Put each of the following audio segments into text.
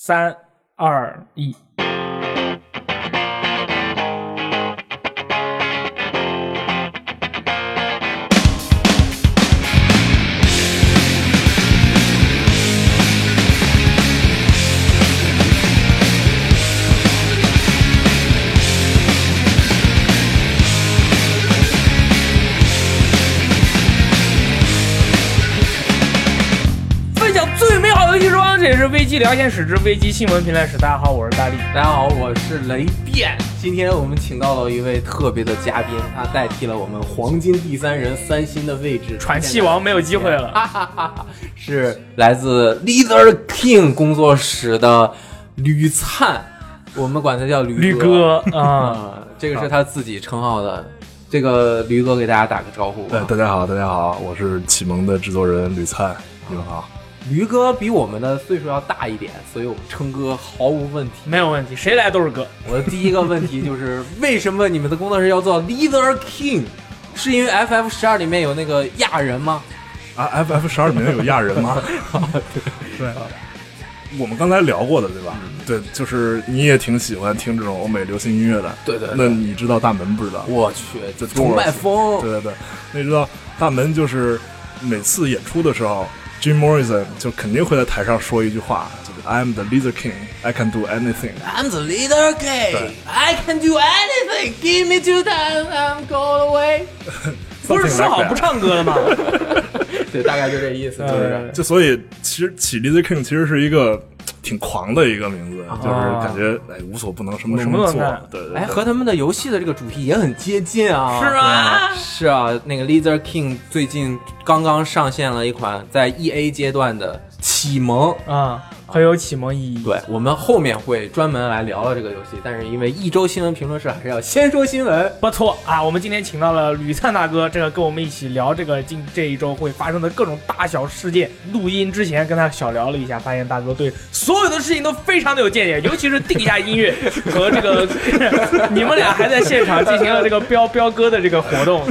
三二一，分享最美好的游戏时光，这里是危机聊天室之危机新闻评论室。大家好，我是大力。大家好，我是雷电。今天我们请到了一位特别的嘉宾，他代替了我们黄金第三人三星的位置，喘气王没有机会了，哈哈哈哈，是来自 Leader King 工作室的吕灿，我们管他叫吕驴哥啊，啊、 这个是他自己称号的。这个驴哥给大家打个招呼吧。呃，大家好，大家好，我是启蒙的制作人吕灿，你们好。驴哥比我们的岁数要大一点，所以我们称哥毫无问题。 没有问题，谁来都是哥。我的第一个问题就是， 为什么你们的工作室要做 Leader King？是因为 FF 十二里面有那个亚人吗？啊，FF 十二里面有亚 人吗？对，我们刚才聊过的，对嗯吧？对，就是你也挺喜欢听这种欧美流行音乐的。对对对那你知道大门不知道？我去，这这崇拜风对对对，那知道大门就是每次演出的时候，Jim Morrison 就肯定会在台上说一句话，就是 I'm the Lizard King, I can do anything。 ！I'm the leader king, 对 I can do anything. Give me two times, I'm going away. 不是说好不唱歌的吗？ 对，大概就这意思，就是呃就所以其实起 Lizzy King 其实是一个嘖挺狂的一个名字，哦就是感觉哎无所不能，什么什都么都能能做干。对对对，哎，和他们的游戏的这个主题也很接近啊。是吗对是啊，那个 Leader King 最近刚刚上线了一款在 EA 阶段的启蒙啊，很有启蒙意义。对，我们后面会专门来聊聊这个游戏，但是因为一周新闻评论室还是要先说新闻。不错啊！我们今天请到了吕灿大哥，这个跟我们一起聊这个近这一周会发生的各种大小事件。录音之前跟他小聊了一下，发现大哥对所有的事情都非常的有见解，尤其是地下音乐和这个 你们俩还在现场进行了这个彪彪哥的这个活动。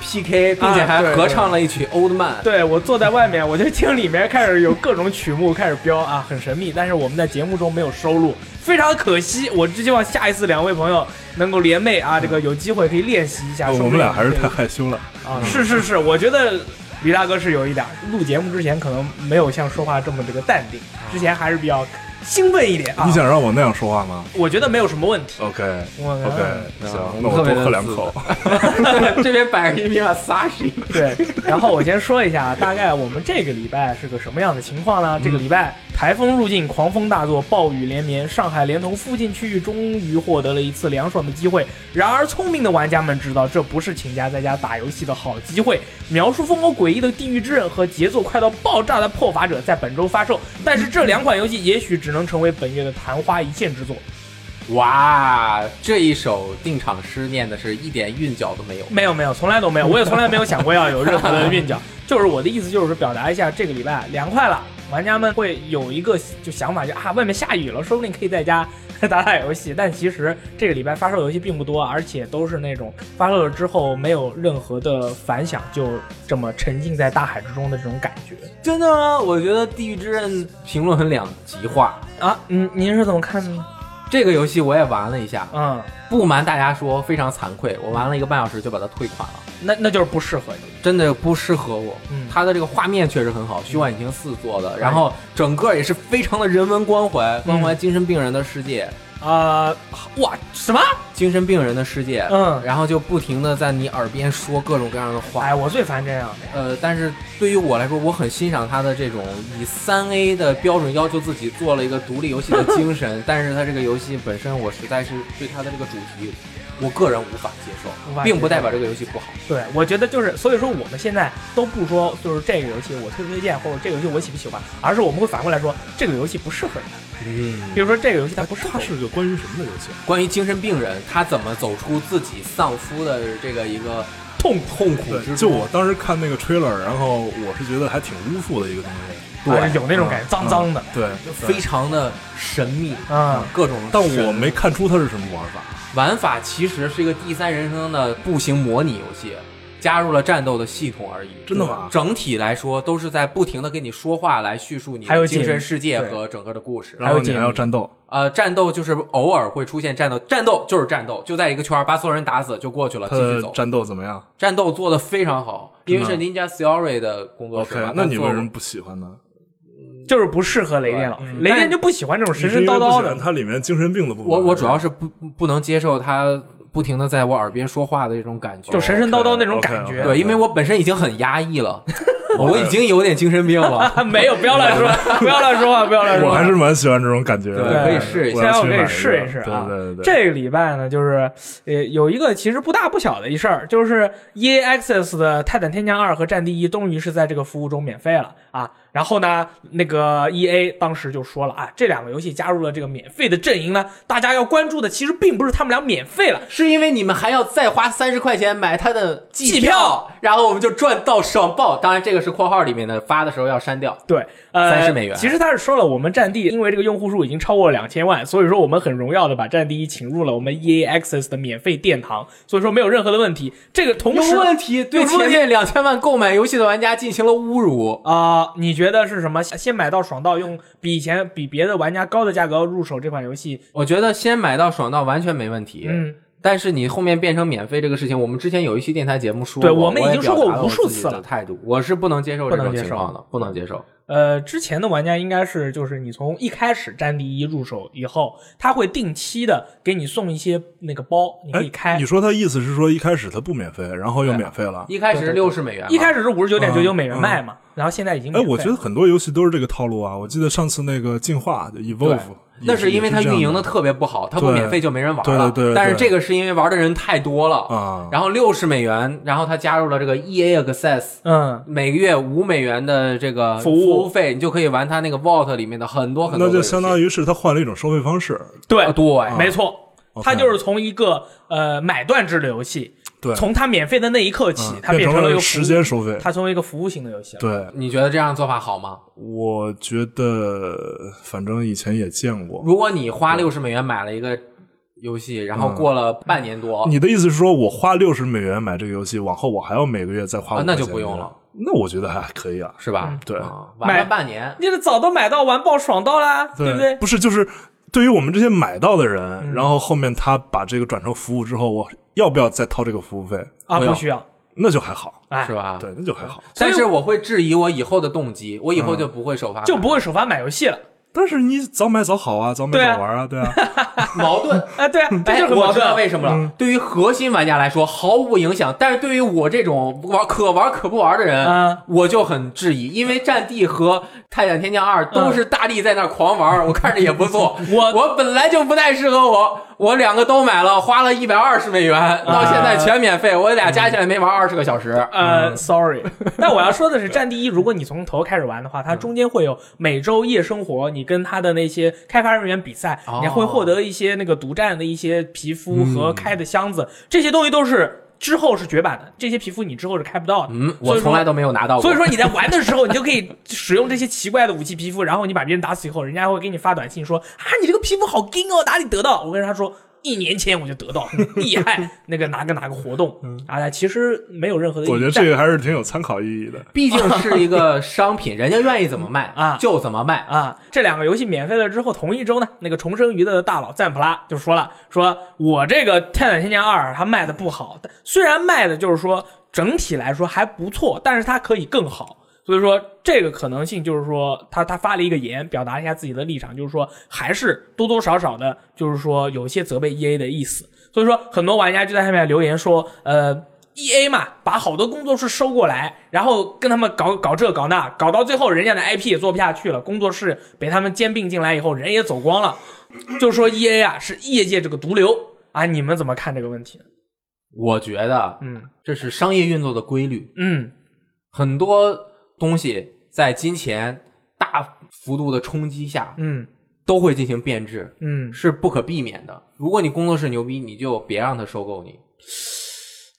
PK，并且还合唱了一曲《Old Man》对我坐在外面，我就听里面开始有各种曲目开始飙啊，很神秘。但是我们在节目中没有收录，非常可惜。我只希望下一次两位朋友能够联袂啊，这个有机会可以练习一下。哦说我不们定俩还是可以太害羞了。啊，是是是，我觉得李大哥是有一点儿，录节目之前可能没有像说话这么这个淡定，之前还是比较兴奋一点啊。你想让我那样说话吗我觉得没有什么问题。 ？OK 我 OK，我行，们那我特多别的喝两自口。 这边摆着一瓶 Asahi，对，然后我先说一下，大概我们这个礼拜是个什么样的情况呢？这个礼拜台风入境，狂风大作，暴雨连绵，上海连同附近区域终于获得了一次凉爽的机会。然而，聪明的玩家们知道这不是请假在家打游戏的好机会。描述风格诡异的《地狱之刃》和节奏快到爆炸的《破法者》在本周发售，但是这两款游戏也许只能成为本月的昙花一现之作。哇，这一首定场诗念的是一点韵脚都没有。没有没有，从来都没有，我也从来没有想过要有任何的韵脚。 就是我的意思，就是表达一下这个礼拜凉快了，玩家们会有一个就想法，就啊外面下雨了，说不定可以在家打打游戏。但其实这个礼拜发售游戏并不多，而且都是那种发售了之后没有任何的反响，就这么沉浸在大海之中的这种感觉真的吗？我觉得《地狱之刃》评论很两极化。啊。嗯，您是怎么看的呢？这个游戏我也玩了一下，嗯，不瞒大家说，非常惭愧，我玩了一个半小时就把它退款了。那那就是不适合你。真的不适合我。嗯哎它的这个画面确实很好，虚幻引擎四做的，然后整个也是非常的人文关怀，嗯关怀精神病人的世界，啊、哇，什么？精神病人的世界。嗯然后就不停的在你耳边说各种各样的话。哎，我最烦这样的。呃，但是对于我来说，我很欣赏他的这种以三 A 的标准要求自己做了一个独立游戏的精 神，但是他这个游戏本身，我实在是对他的这个主题，我个人无法接无受，法接受并不代表这个游戏不好。对，我觉得就是，所以说我们现在都不说就是这个游戏我推不推荐，或者这个游戏我喜不喜欢，而是我们会反过来说这个游戏不适合你。嗯比，如说这个游戏它不适合它我，是个关于什么的游戏？啊关于精神病人他怎么走出自己丧夫的这个一个痛痛苦之中，对，就我当时看那个 trailer，然后我是觉得还挺污秽的一个东西，对啊有那种感觉，脏脏的，对，非常的神秘，嗯，各种但神我没看出它是什么玩法。玩法其实是一个第三人称的步行模拟游戏，加入了战斗的系统而已。真的吗整体来说都是在不停的跟你说话，来叙述你还有的精解神世界对和整个的故事。然后你还有还要战斗，呃，战斗就是偶尔会出现战斗，战斗就是战斗，就在一个圈儿把所有人打死就过去了，他啊继续的走。战斗怎么样战斗做的非常好，因为是真 Ninja Theory 的工作室？OK，嘛。那他你做为什么不喜欢呢？就是不适合雷电老师，嗯雷电但就不喜欢这种神你是神因为叨不叨喜欢的。它里面精神病的部分。我我主要是是不不不能接受他不停的在我耳边说话的这种感觉，就神神叨叨那种 OK，感觉， OK，OK 对，因为我本身已经很压抑了，我已经有点精神病了。 啊，没有，不要乱说，不要乱说话，不要乱说我话。还是蛮喜欢这种感觉的，对，可以试一我下。下要次我可去以买一个试一试啊对对对，这个礼拜呢，就是呃有一个其实不大不小的一事儿，就是 EA Access 的《泰坦天降二》和《战地一》终于是在这个服务中免费了啊。然后呢，那个 EA 当时就说了啊，这两个游戏加入了这个免费的阵营呢，大家要关注的其实并不是他们俩免费了，是因为你们还要再花三十块钱买他的季季票，然后我们就赚到爽爆。当然，这个是括号里面的，发的时候要删掉。对，呃， 30美元其实他是说了，我们战地因为这个用户数已经超过两千万，所以说我们很荣耀的把战地一请入了我们 EA Access 的免费殿堂，所以说没有任何的问题。这个同时有问题，对有什么前问题面两千万购买游戏的玩家进行了侮辱。啊、你觉得是什么？先买到爽到，用比以前比别的玩家高的价格入手这款游戏，我觉得先买到爽到完全没问题，嗯，但是你后面变成免费这个事情，我们之前有一期电台节目说过，对我我们已经也表说达过了无数我自己次了的态度，我是不能接受不这能种接情受况的，不能接受。呃，之前的玩家应该是就是你从一开始战地一入手以后，他会定期的给你送一些那个包，你可以开。哎，你说他意思是说一开始他不免费，然后又免费了？一开始对是六十美元嘛，一开始是五十九点九九嗯美元卖嘛，然后现在已经哎，免费我觉得很多游戏都是这个套路啊。我记得上次那个进化就 Evolve，那是因为它它运营的特别不好，它不对免费就没人玩了。对对对对但是这个是因为玩的人太多了啊然后六十美元，然后它加入了这个 EA Access，嗯，每个月五美元的这个服务务费，你就可以玩它那个 Vault 里面的很多很多那的游就戏。相当于是他换了一种收费方式，对啊，对，没错，啊 OK 它就是从一个呃买断制的游戏，对，从它免费的那一刻起嗯，它变变成了一了个时服务，间收费。它成为一个服务型的游戏了。对，你觉得这样做法好吗？我觉得反正以前也见过。如果你花六十美元买了一个游戏，然后过了半年多，嗯你的意思是说我花六十美元买这个游戏，往后我还要每个月再花、啊那就不用了。那我觉得还可以啊。是吧？对啊玩买了半年，你这早都买到完爆爽到啦，对不对？不是，嗯就是对于我们这些买到的人，然后后面他把这个转成服务之后，我要不要再掏这个服务费？啊，不不要需要，那就还好，哎，是吧？对，那就还好。所以但是我会质疑我以后的动机，我以后嗯就不会首发买，就不会首发买游戏了。但是你早买早好啊，早买对啊早玩啊，对啊，矛盾。哎， 对啊，这哎就是很嗯我矛知道盾。为什么了。对于核心玩家来说毫无影响，但是对于我这种玩可玩可不玩的人嗯，。我就很质疑，因为《战地》和《泰坦天降二》都是大力在那儿狂玩，我看着也不错我我本来就不太适合我，我两个都买了，花了一百二十美啊元，到现在全免费，我俩加起来没玩二十个小时。呃，sorry，但我 要说的是，《战地一》如果你从头开始玩的嗯话，它中间会有每周夜生活，你跟它的那些开发人员比赛，哦嗯你会获得一些那个独占的一些皮肤和开的箱子，这些东西都是之后是绝版的，这些皮肤你之后是开不到的。嗯，所我以说从来都没有拿到过。所以说你在玩的时候，你就可以使用这些奇怪的武器皮肤，然后你把别人打死以后，人家会给你发短信说啊，你这个皮肤好硬哦，哪里得 到？我跟他说。一年前我就得到，厉害！那个哪个哪个活动啊？其实没有任何的。嗯我觉得这个还是挺有参考意义的。毕竟是一个商 品，人家愿意怎么卖啊就怎么卖。啊，这两个游戏免费了之后，同一周呢，那个重生鱼的大佬赞普拉就说了，说我这个《泰坦天降二》它卖的不好，但虽然卖的就是说整体来说还不错，但是它可以更好。所以说这个可能性就是说，他他发了一个言，表达一下自己的立场，就是说还是多多少少的，就是说有些责备 EA 的意思。所以说很多玩家就在下面留言说，呃。E A 嘛，把好多工作室收过来，然后跟他们搞搞这搞那，搞到最后人家的 I P 也做不下去了，工作室被他们兼并进来以后，人也走光了，就说 E A 啊是业界这个毒瘤啊，你们怎么看这个问题呢？我觉得嗯这是商业运作的规律。嗯，很多东西在金钱大幅度的冲击下，嗯都会进行变质，嗯，是不可避免的。如果你工作室牛逼，你就别让他收购你。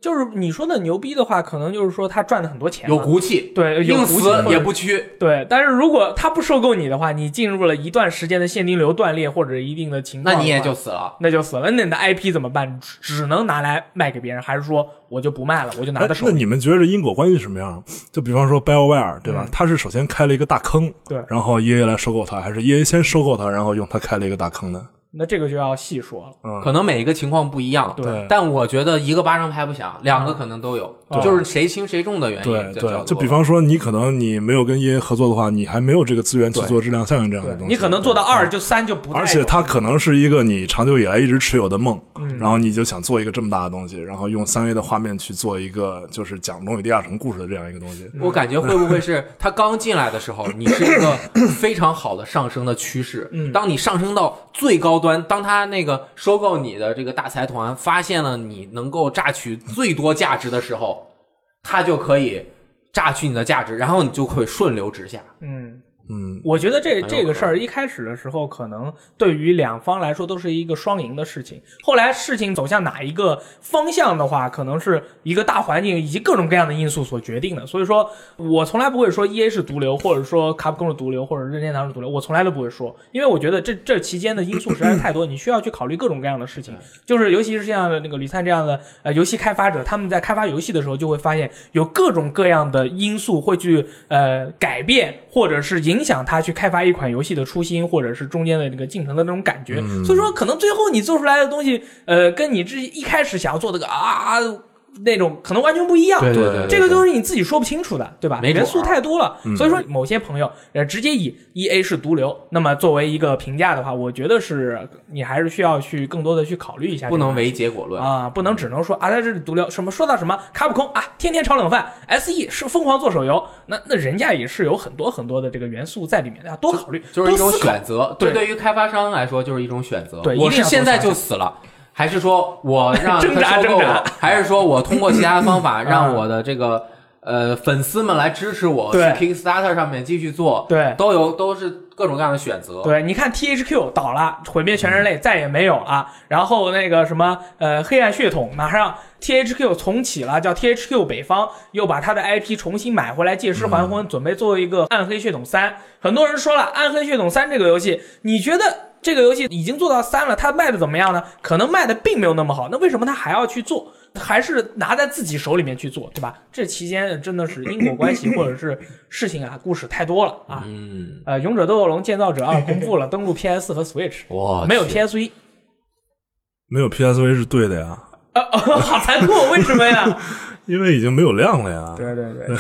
就是你说的牛逼的话，可能就是说他赚了很多钱嘛，有骨气，对，有硬骨死气或者也不屈。对。但是如果他不收购你的话，你进入了一段时间的现金流断裂或者一定的情况那的话，你也就死了。那就死了。那你的 IP 怎么办？只只能拿来卖给别人，还是说我就不卖了，我就拿哎到手那里？你们觉得因果关系什么样？就比方说 BioWare 对吧嗯？它是首先开了一个大坑，对然后 EA 来收购它，还是 EA 先收购它，然后用它开了一个大坑呢？那这个就要细说了。嗯，可能每一个情况不一样，对但我觉得一个巴掌拍不响，两个可能都有，嗯就是谁轻谁重的原因。对这叫对，做就比方说你可能你没有跟 EA 合作的话，你还没有这个资源去做质量效应这样的东西，你可能做到二就三就不太有，嗯而且它可能是一个你长久以来一直持有的梦，嗯然后你就想做一个这么大的东西，然后用三维的画面去做一个就是讲罗米蒂亚城故事的这样一个东西。嗯我感觉会不会是他刚进来的时候，你是一 个非常好的上升的趋势。嗯当你上升到最高端，当他那个收购你的这个大财团发现了你能够榨取最多价值的时候，他就可以榨取你的价值，然后你就会顺流直下。嗯。嗯，我觉得这很有这个事可儿一开始的时候，可能对于两方来说都是一个双赢的事情。后来事情走向哪一个方向的话，可能是一个大环境以及各种各样的因素所决定的。所以说我从来不会说 E A 是毒瘤，或者说卡普空是毒瘤，或者任天堂是毒瘤，我从来都不会说，因为我觉得这这期间的因素实在是太多，你需要去考虑各种各样的事哎情。就是尤其是像那个吕灿这样的呃游戏开发者，他们在开发游戏的时候就会发现有各种各样的因素会去呃改变，或者是影响他去开发一款游戏的初心，或者是中间的那个进程的那种感觉。嗯所以说，可能最后你做出来的东西，呃，跟你这一开始想要做这个啊。那种可能完全不一样，对对对对这个东西你自己说不清楚的，对吧？没准儿元素太多了，嗯所以说某些朋友呃直接以 E A 是毒瘤，那么作为一个评价的话，我觉得是你还是需要去更多的去考虑一下这个问题，不能唯结果论。啊，不能只能说啊，他这是毒瘤，什么说到什么卡普空啊，天天炒冷饭，SE 是疯狂做手游，那那人家也是有很多很多的这个元素在里面的，多考虑，就是一多种思考。选择。对这对于开发商来说就是一种选择。对一我定是要现在就死了，还是说我让挣扎他收挣购扎嗯我，还是说我通过其他的方法让我的这个呃粉丝们来支持我，去对 Kickstarter 上面继续做，对都有都是各种各样的选择。对，你看 THQ 倒了，毁灭全人类，再也没有了。然后那个什么，呃，黑暗血统马上 THQ 重启了，叫 THQ 北方，又把它的 IP 重新买回来，借尸还魂，准备做一个《暗黑血统三》。很多人说了，《暗黑血统三》这个游戏，你觉得这个游戏已经做到三了，它卖的怎么样呢？可能卖的并没有那么好，那为什么它还要去做？还是拿在自己手里面去做，对吧？这期间真的是因果关系或者是事情啊，故事太多了啊。嗯，呃，《勇者斗恶龙：建造者二》公布了，登陆 PS 和 Switch，哇，没有去 PS 一。没有 PSV 是对的呀，呃，哦，好残酷，为什么呀？因为已经没有量了 呀。对对对，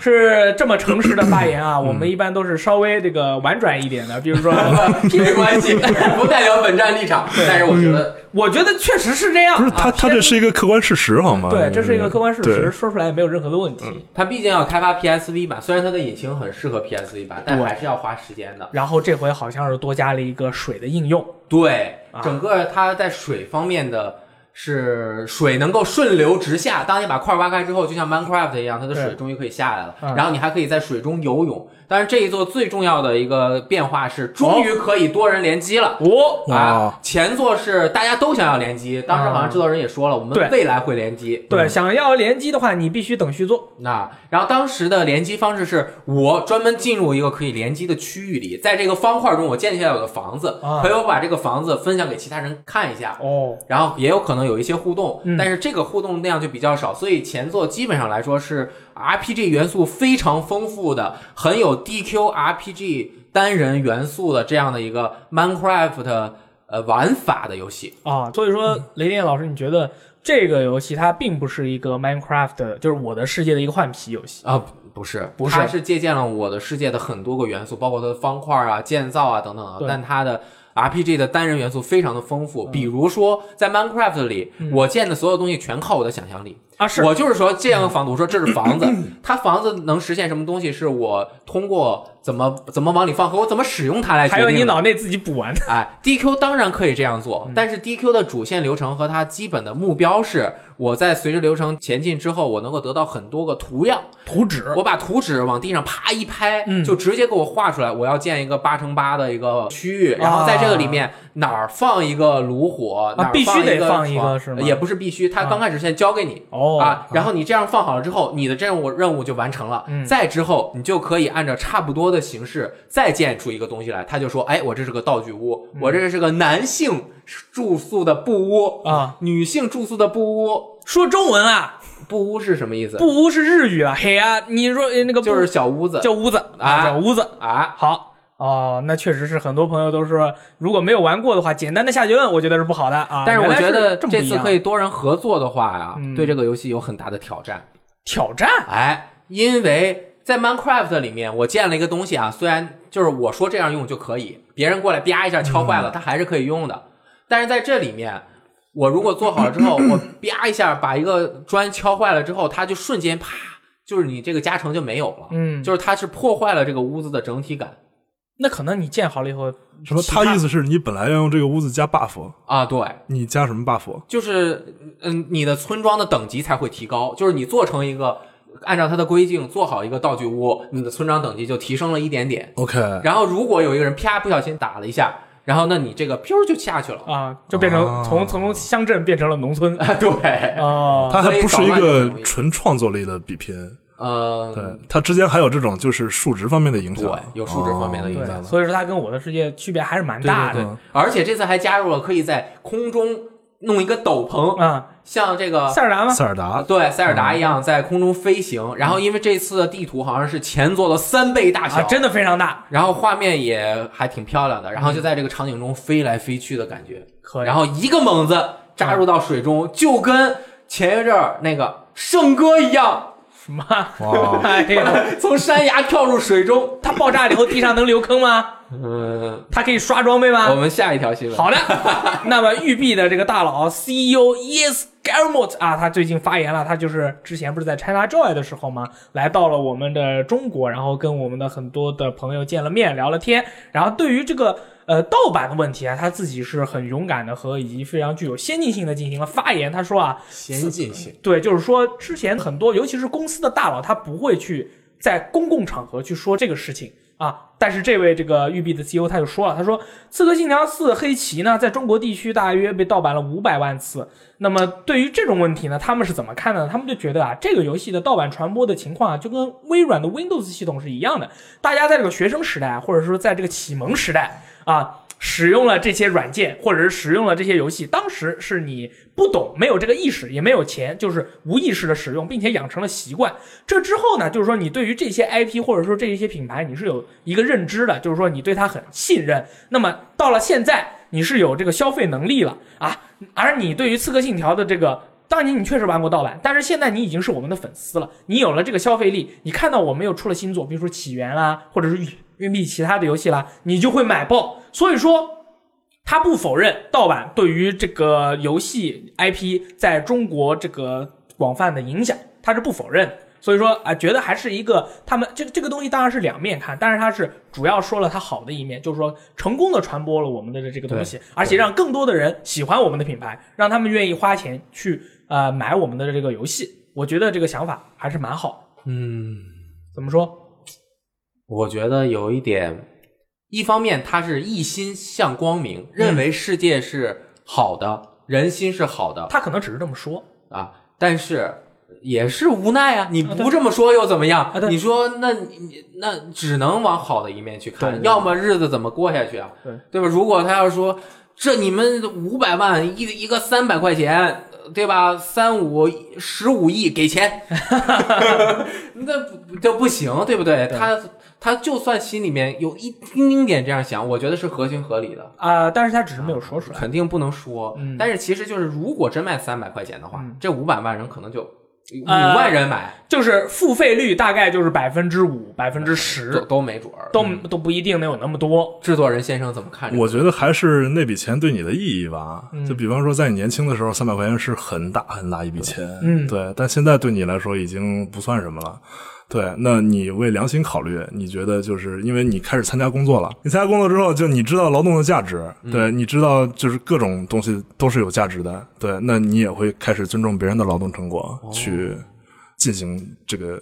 是这么诚实的发言啊。我嗯们一般都是稍微这个婉转一点的，比如说，呃 没关系，不代表本站立场，但是我嗯觉得我觉得确实是这样啊。不是他，他这是一个客观事实，好吗？对，这是一个客观事实，对。嗯说出来没有任何的问题。它毕竟要开发 PSV 版，虽然它的引擎很适合 PSV 版，但还是要花时间的。然后这回好像是多加了一个水的应用，对啊，整个它在水方面的是水能够顺流直下。当你把块儿挖开之后，就像 Minecraft 一样，它的对水终于可以下来了嗯。然后你还可以在水中游泳。但是这一座最重要的一个变化是，终于可以多人联机了。哦，啊，前作是大家都想要联机，当时好像制作人也说了，我们嗯对未来会联机。嗯嗯对，想要联机的话，你必须等续作。那然后当时的联机方式是我专门进入一个可以联机的区域里，在这个方块中我建起来我的房子，啊可以我把这个房子分享给其他人看一下，哦，然后也有可能有一些互动，嗯但是这个互动量就比较少，所以前作基本上来说是 RPG 元素非常丰富的，很有 DQ RPG 单人元素的这样的一个 Minecraft 呃玩法的游戏。啊，所以嗯说雷电老师，你觉得这个游戏它并不是一个 Minecraft，的就是我的世界的一个换皮游戏。啊，不是，不是它是借鉴了我的世界的很多个元素，包括它的方块啊、建造啊等等啊对，嗯但它的 RPG 的单人元素非常的丰富。比如说，在 Minecraft 里，我建的所有东西全靠我的想象力。啊是我就是说这样的房子，我说这是房子，它房子能实现什么东西，是我通过怎么怎么往里放和我怎么使用它来决还定有的。你脑嗯内自己补完的，哎，DQ 当然可以这样做，但是 DQ 的主线流程和它基本的目标是，我在随着流程前进之后，我能够得到很多个图样。图纸我把图纸往地上啪一拍，嗯就直接给我画出来。我要建一个八乘八的一个区域，然后在这个里面哪儿放一个炉火，哪儿啊必须得一个放一个床是吗啊也不是必须，他刚开始先教给你，哦啊，然后你这样放好了之后，你的任务任务就完成了。嗯再之后，你就可以按照差不多的形式再建出一个东西来。他就说：“哎，我这是个道具屋，嗯我这是个男性住宿的布屋啊，女性住宿的布屋。说中文啊，布屋是什么意思？不屋是日语啊，嘿啊，你说呃那个不就是小屋子叫屋子啊叫屋子。啊。好哦，那确实是很多朋友都说，如果没有玩过的话，简单的下结论，我觉得是不好的啊。但是我原来觉是得这么不这一次样可以多人合作的话呀嗯，对这个游戏有很大的挑战。挑战，哎，因为在 Minecraft 里面，我建了一个东西啊，虽然就是我说这样用就可以，别人过来啪一下敲嗯坏了，它还是可以用的。但是在这里面，我如果做好了之后，我啪一下把一个砖敲坏了之后，它就瞬间啪，就是你这个加成就没有了。嗯，就是它是破坏了这个屋子的整体感那可能你建好了以后，什么？其他他意思是你本来要用这个屋子加 buff，啊！对，你加什么 buff？就是嗯，你的村庄的等级才会提高，就是你做成一个按照它的规定做好一个道具屋，你的村庄等级就提升了一点点。 OK，啊然后如果有一个人啪不小心打了一下，然后那你这个 piu 就下去了。啊，就变成、哦从从乡镇变成了农村啊，对，哦。它还不是一所以早晚有个用纯创作力的比拼，嗯呃，对，它之间还有这种就是数值方面的影响，对有数值方面的影哦响对，所以说它跟我的世界区别还是蛮对大对的。对，而且这次还加入了可以在空中弄一个斗篷，啊，像这个塞尔达吗？哦塞尔达对塞尔达一样在空中飞行。然后因为这次的地图好像是前作的三倍大啊，小，真的非常大，然后画面也还挺漂亮的，然后就在这个场景中飞来飞去的感觉。可以。然后一个猛子扎入到水中，就跟前一阵儿那个圣哥一样， 什么？ 哇哎呦，从山崖跳入水中。它爆炸以后地上能留坑吗？嗯，它可以刷装备我吗？们下一条新闻。好的， 那么育碧的这个大佬 E CEO Yes Garmot 啊，他最近发言了，他就是之前不是在 ChinaJoy 的时候嘛，来到了我们的中国，然后跟我们的很多的朋友见了面，聊了天，然后对于这个呃盗版的问题啊，他自己是很勇敢的和以及非常具有先进性的进行了发言，他说啊，先进性，对，就是说之前很多，尤其是公司的大佬，他不会去在公共场合去说这个事情啊。但是这位这个育碧的 CEO 他就说了，他说《刺客信条四：黑旗》呢，在中国地区大约被盗版了五百万次。那么对于这种问题呢，他们是怎么看的呢？他们就觉得啊，这个游戏的盗版传播的情况啊，就跟微软的 Windows 系统是一样的。大家在这个学生时代啊，或者说在这个启蒙时代啊，使用了这些软件，或者是使用了这些游戏，当时是你不懂，没有这个意识，也没有钱，就是无意识的使用，并且养成了习惯。这之后呢，就是说你对于这些 IP 或者说这一些品牌，你是有一个认知的，就是说你对它很信任。那么到了现在，你是有这个消费能力了啊，而你对于《刺客信条》的这个。当年你确实玩过盗版，但是现在你已经是我们的粉丝了，你有了这个消费力，你看到我们又出了新作，比如说《起源》啦，或者是《玉币》其他的游戏啦，你就会买爆。所以说，他不否认盗版对于这个游戏 IP 在中国这个广泛的影响，他是不否认的。所以说啊、觉得还是一个他们这这个东西当然是两面看，但是它是主要说了它好的一面，就是说成功的传播了我们的这个东西，而且让更多的人喜欢我们的品牌，让他们愿意花钱去呃买我们的这个游戏。我觉得这个想法还是蛮好的。嗯，怎么说？我觉得有一点，一方面他是一心向光明，认为世界是好的，人心是好的他可能只是这么说，啊，但是也是无奈啊，你啊不对这么说又怎么样啊？对你说那你那只能往好的一面去对看，对要么日子怎么过下去啊？对对吧？如果他要说这你们五百万一一个三百块钱，对吧？三五十五亿 给钱，那不就不行，对不对？对他他就算心里面有一丁丁点这样想，我觉得是合情合理的。啊、但是他只是没有说出来。肯定不能说。嗯但是其实就是，如果真卖三百块钱的话，嗯这五百万人可能就五呃万人买、就是付费率大概就是百分之嗯五、百分之十都，都没准儿。都都不一定能有那么多。制作人先生怎么看这个？我觉得还是那笔钱对你的意义吧嗯。就比方说，在你年轻的时候，三百块钱是很大很大一笔钱，嗯对。但现在对你来说已经不算什么了。对，那你为良心考虑，你觉得就是因为你开始参加工作了，你参加工作之后，就你知道劳动的价值，对，你知道就是各种东西都是有价值的，对，那你也会开始尊重别人的劳动成果，去进行这个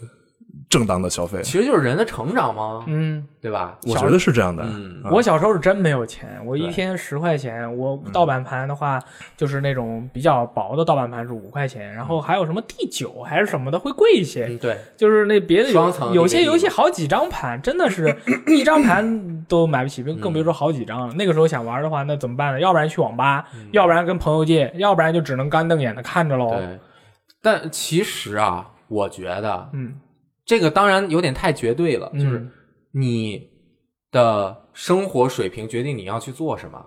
正当的消费。其实就是人的成长嘛，嗯，对吧？我觉得是这样的。嗯啊我小时候是真没有钱，我一对天十块钱，我盗版盘的话、就是那种比较薄的盗版盘是五块钱，然后还有什么第九还是什么的会贵一些，嗯，对，就是那别的双层有有些那个游戏好几张盘，真的 是一张盘都买不起，更别说好几张了。嗯那个时候想玩的话，那怎么办呢？要不然去网吧，要不然跟朋友借，要不然就只能干瞪眼的看着喽。对，但其实啊，我觉得嗯，这个当然有点太绝对了，就是嗯你的生活水平决定你要去做什么。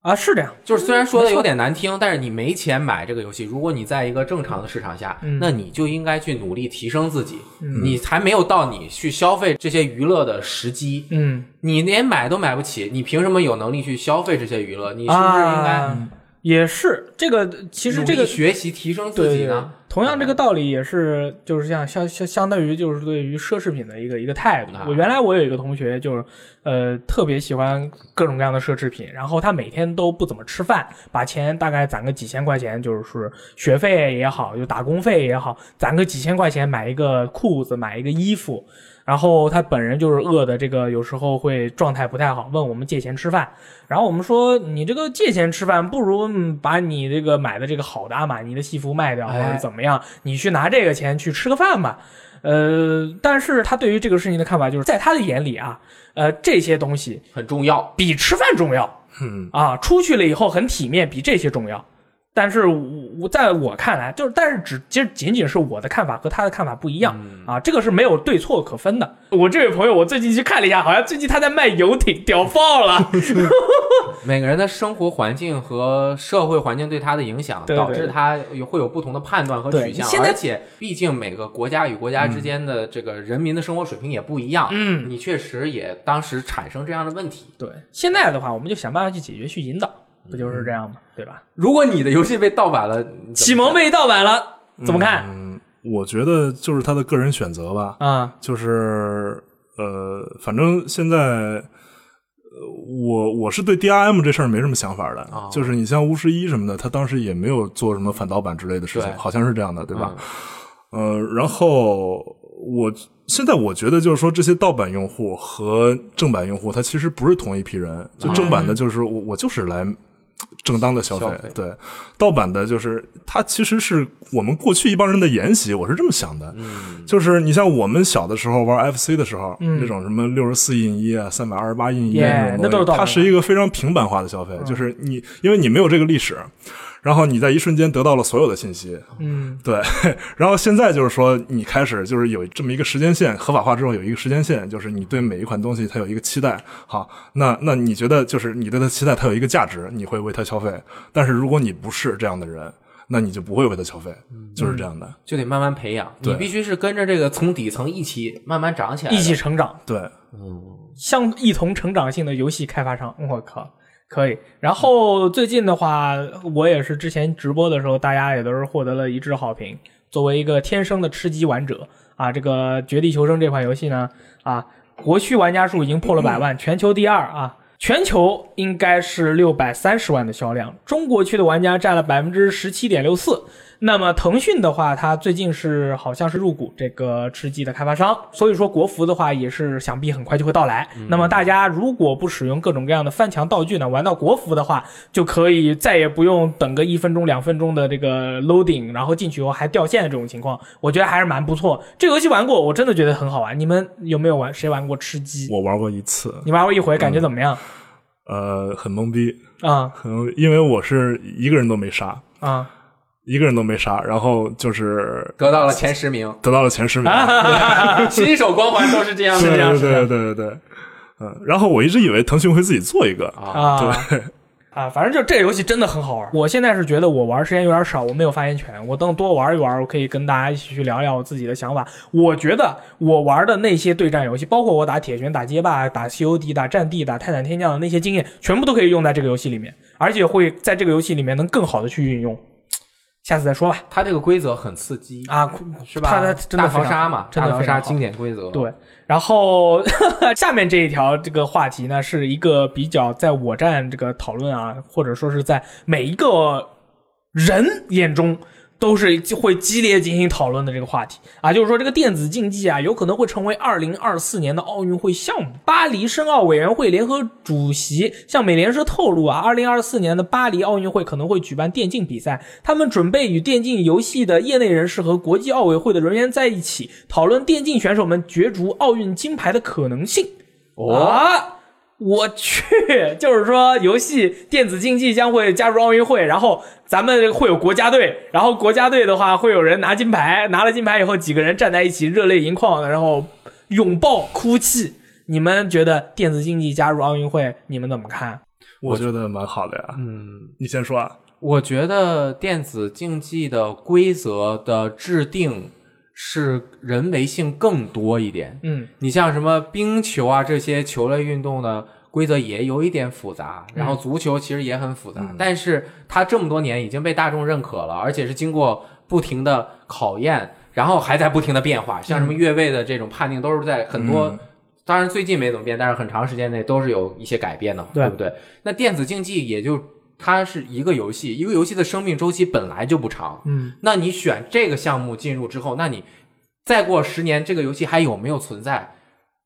啊，是这样，就是虽然说的有点难听，但是你没钱买这个游戏，如果你在一个正常的市场下，嗯那你就应该去努力提升自己。你还没有到你去消费这些娱乐的时机，嗯，你连买都买不起，你凭什么有能力去消费这些娱乐？你是不是应该啊，也是这个，其实这努力个学习提升自对己呢？同样这个道理也是，就是像相相相当于就是对于奢侈品的一个一个态度啊。我原来我有一个同学就是，呃，特别喜欢各种各样的奢侈品，然后他每天都不怎么吃饭，把钱大概攒个几千块钱，就是学费也好，就打工费也好，攒个几千块钱买一个裤子，买一个衣服。然后他本人就是饿的，这个有时候会状态不太好，问我们借钱吃饭。然后我们说你这个借钱吃饭，不如嗯把你这个买的这个好的阿玛尼的戏服卖掉，或哎者怎么样，你去拿这个钱去吃个饭吧。呃，但是他对于这个事情的看法就是，在他的眼里啊，呃，这些东西很重要。比吃饭重要嗯，啊，出去了以后很体面，比这些重要。但是我我在我看来，就是但是只其实仅仅是我的看法和他的看法不一嗯样、啊，这个是没有对错可分的。我这位朋友，我最近去看了一下，好像最近他在卖游艇，屌爆了。每个人的生活环境和社会环境对他的影响，对对导致他有会有不同的判断和取对向。现在嗯而且，毕竟每个国家与国家之间的这个人民的生活水平也不一样。嗯，你确实也当时产生这样的问题。 对，现在的话，我们就想办法去解决，去引导，不就是这样吗？对吧？如果你的游戏被盗版了，你怎么启蒙被盗版了，怎么看？我觉得就是他的个人选择吧。啊，就是呃，反正现在呃我我是对 DRM 这事儿没什么想法的，哦就是你像巫师一什么的，他当时也没有做什么反盗版之类的事情对，嗯好像是这样的，对办吧？呃，然后我现在我觉得就是说，这些盗版用户和正版用户，他其实不是同一批人。就正版的，就是我、我就是来正当的消费，哦嗯消费对；盗版的，就是它其实是我们过去一帮人的沿袭，我是这么想的。嗯，就是你像我们小的时候玩 FC 的时候，那种什么六十四印一啊、三百二十八印一啊嗯 Yeah，这种东西那都是盗版嗯它是一个非常平板化的消费，就是你因为你没有这个历史。然后你在一瞬间得到了所有的信息，嗯，对， 然后现在就是说，你开始就是有这么一个时间线，合法化之后有一个时间线，就是你对每一款东西它有一个期待。好，那那你觉得就是你对它期待，它有一个价值，你会为它消费。但是如果你不是这样的人，那你就不会为它消费，嗯就是这样的。就得慢慢培养，你对必须是跟着这个从底层一起慢慢长起来的，一起成长，对，像一同成长性的游戏开发商，我靠。可以，然后最近的话，我也是之前直播的时候，大家也都是获得了一致好评。作为一个天生的吃鸡玩者啊，这个《绝地求生》这款游戏呢，啊，国区玩家数已经破了百万，全球第二啊，全球应该是六百三十万的销量，中国区的玩家占了百分之十七点六四。那么腾讯的话，它最近是好像是入股这个吃鸡的开发商，所以说国服的话也是想必很快就会到来。嗯那么大家如果不使用各种各样的翻墙道具呢，玩到国服的话，就可以再也不用等个一分钟、两分钟的这个 loading，然后进去以后还掉线的这种情况，我觉得还是蛮不错。这个游戏玩过，我真的觉得很好玩。你们有没有玩？谁玩过吃鸡？我玩过一次，你玩过一回，感觉怎么样？呃，很懵逼，啊很因为我是一个人都没杀，啊一个人都没杀，然后就是，得到了前十名 得到了前十名。 啊新手光环啊都是嗯这样对的呀。对对对对对，嗯，然后我一直以为腾讯会自己做一个，啊，啊！ 啊，反正就这个游戏真的很好玩。我现在是觉得我玩时间有点少，我没有发言权。我等多玩一玩，我可以跟大家一起去聊聊我自己的想法。我觉得我玩的那些对战游戏，包括我打铁拳、打街霸、打 COD、打战地、打泰坦天降的那些经验，全部都可以用在这个游戏里面，而且会在这个游戏里面能更好的去运用。下次再说吧。它这个规则很刺激，啊，是吧？它它真的大逃非常杀嘛，真的大逃非常杀好经典规则。对，然后 下面这一条这个话题呢，是一个比较在我站这个讨论啊，或者说是在每一个人眼中都是会激烈进行讨论的这个话题啊，就是说这个电子竞技啊，有可能会成为二零二四年的奥运会项目。巴黎申奥委员会联合主席向美联社透露啊，二零二四年的巴黎奥运会可能会举办电竞比赛，他们准备与电竞游戏的业内人士和国际奥委会的人员在一起讨论电竞选手们角逐奥运金牌的可能性。啊！我去， 就是说游戏电子竞技将会加入奥运会，然后咱们会有国家队，然后国家队的话会有人拿金牌，拿了金牌以后几个人站在一起热泪盈眶的，然后拥抱哭泣。你们觉得电子竞技加入奥运会，你们怎么看？我觉得蛮好的呀。嗯，你先说啊。我觉得电子竞技的规则的制定是人为性更多一点。嗯，你像什么冰球啊这些球类运动的规则也有一点复杂，然后足球其实也很复杂，但是它这么多年已经被大众认可了，而且是经过不停的考验，然后还在不停的变化，像什么越位的这种判定都是在很多。当然，最近没怎么变，但是很长时间内都是有一些改变的，对不对？那电子竞技也就它是一个游戏，一个游戏的生命周期本来就不长，嗯，那你选这个项目进入之后，那你再过十年，这个游戏还有没有存在？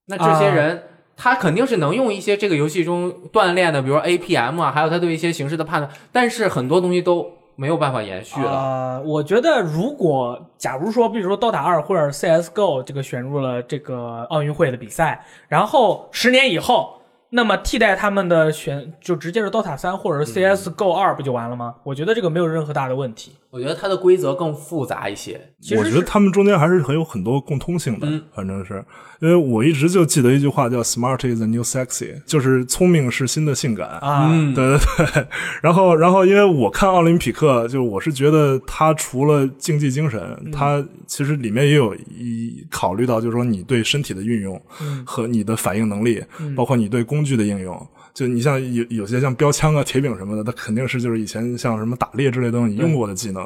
那这些人、他肯定是能用一些这个游戏中锻炼的，比如 APM 啊，还有他对一些形式的判断，但是很多东西都没有办法延续了。呃，我觉得如果假如说，比如说《DOTA 二》或者《CS:GO 这个选入了这个奥运会的比赛，然后十年以后，那么替代他们的选就直接是《DOTA 三》或者是《CS:GO 二》不就完了吗？我觉得这个没有任何大的问题。我觉得它的规则更复杂一些。其实我觉得是他们中间还是很有很多共通性的，嗯反正是因为我一直就记得一句话叫 “smart is the new sexy”，就是聪明是新的性感啊，嗯对对对，然后然后因为我看奥林匹克，就是我是觉得它除了竞技精神，它其实里面也有一考虑到，就是说你对身体的运用和你的反应能力，包括你对工具的应用。就你像有有些像标枪啊、铁饼什么的，它肯定是就是以前像什么打猎之类的东西用过的技能。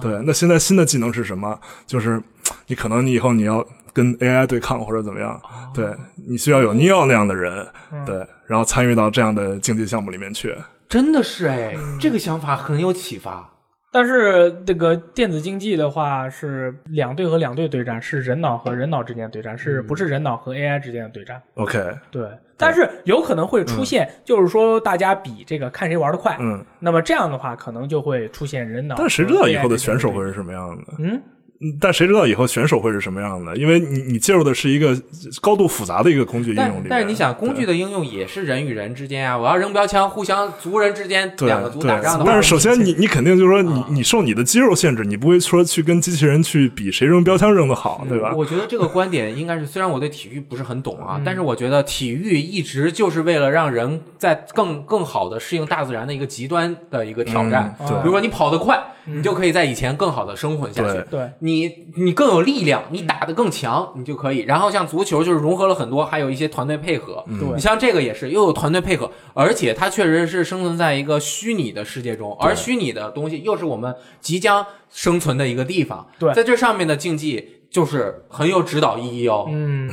对，那现在新的技能是什么？就是你可能你以后你要跟 AI 对抗或者怎么样，对你需要有 Neo 那样的人，对，然后参与到这样的竞技项目里面去。真的是哎，这个想法很有启发。但是这个电子竞技的话是两队和两队对战，是人脑和人脑之间的对战，是不是人脑和 AI 之间的对战？ OK，对，但是有可能会出现，就是说大家比这个看谁玩的快。嗯，那么这样的话，可能就会出现人脑。但谁知道以后的选手会？是什么样的？嗯，但谁知道以后选手会是什么样的？因为你你介入的是一个高度复杂的一个工具应用里但面。但是你想，工具对的应用也是人与人之间啊，我要扔标枪，互相族人之间对两个族打对仗的话，，啊但是首先你你肯定就是说你你受你的肌肉限制，你不会说去跟机器人去比谁扔标枪扔的好，对吧？嗯我觉得这个观点应该是，虽然我对体育不是很懂啊，但是我觉得体育一直就是为了让人在更更好的适应大自然的一个极端的一个挑战。嗯对比如说你跑得快，你就可以在以前更好的生混下去。对对，你你更有力量，嗯你打得更强，你就可以。然后像足球就是融合了很多，还有一些团队配合。对你像这个也是又有团队配合，而且它确实是生存在一个虚拟的世界中，而虚拟的东西又是我们即将生存的一个地方。对在这上面的竞技就是很有指导意义哦。嗯，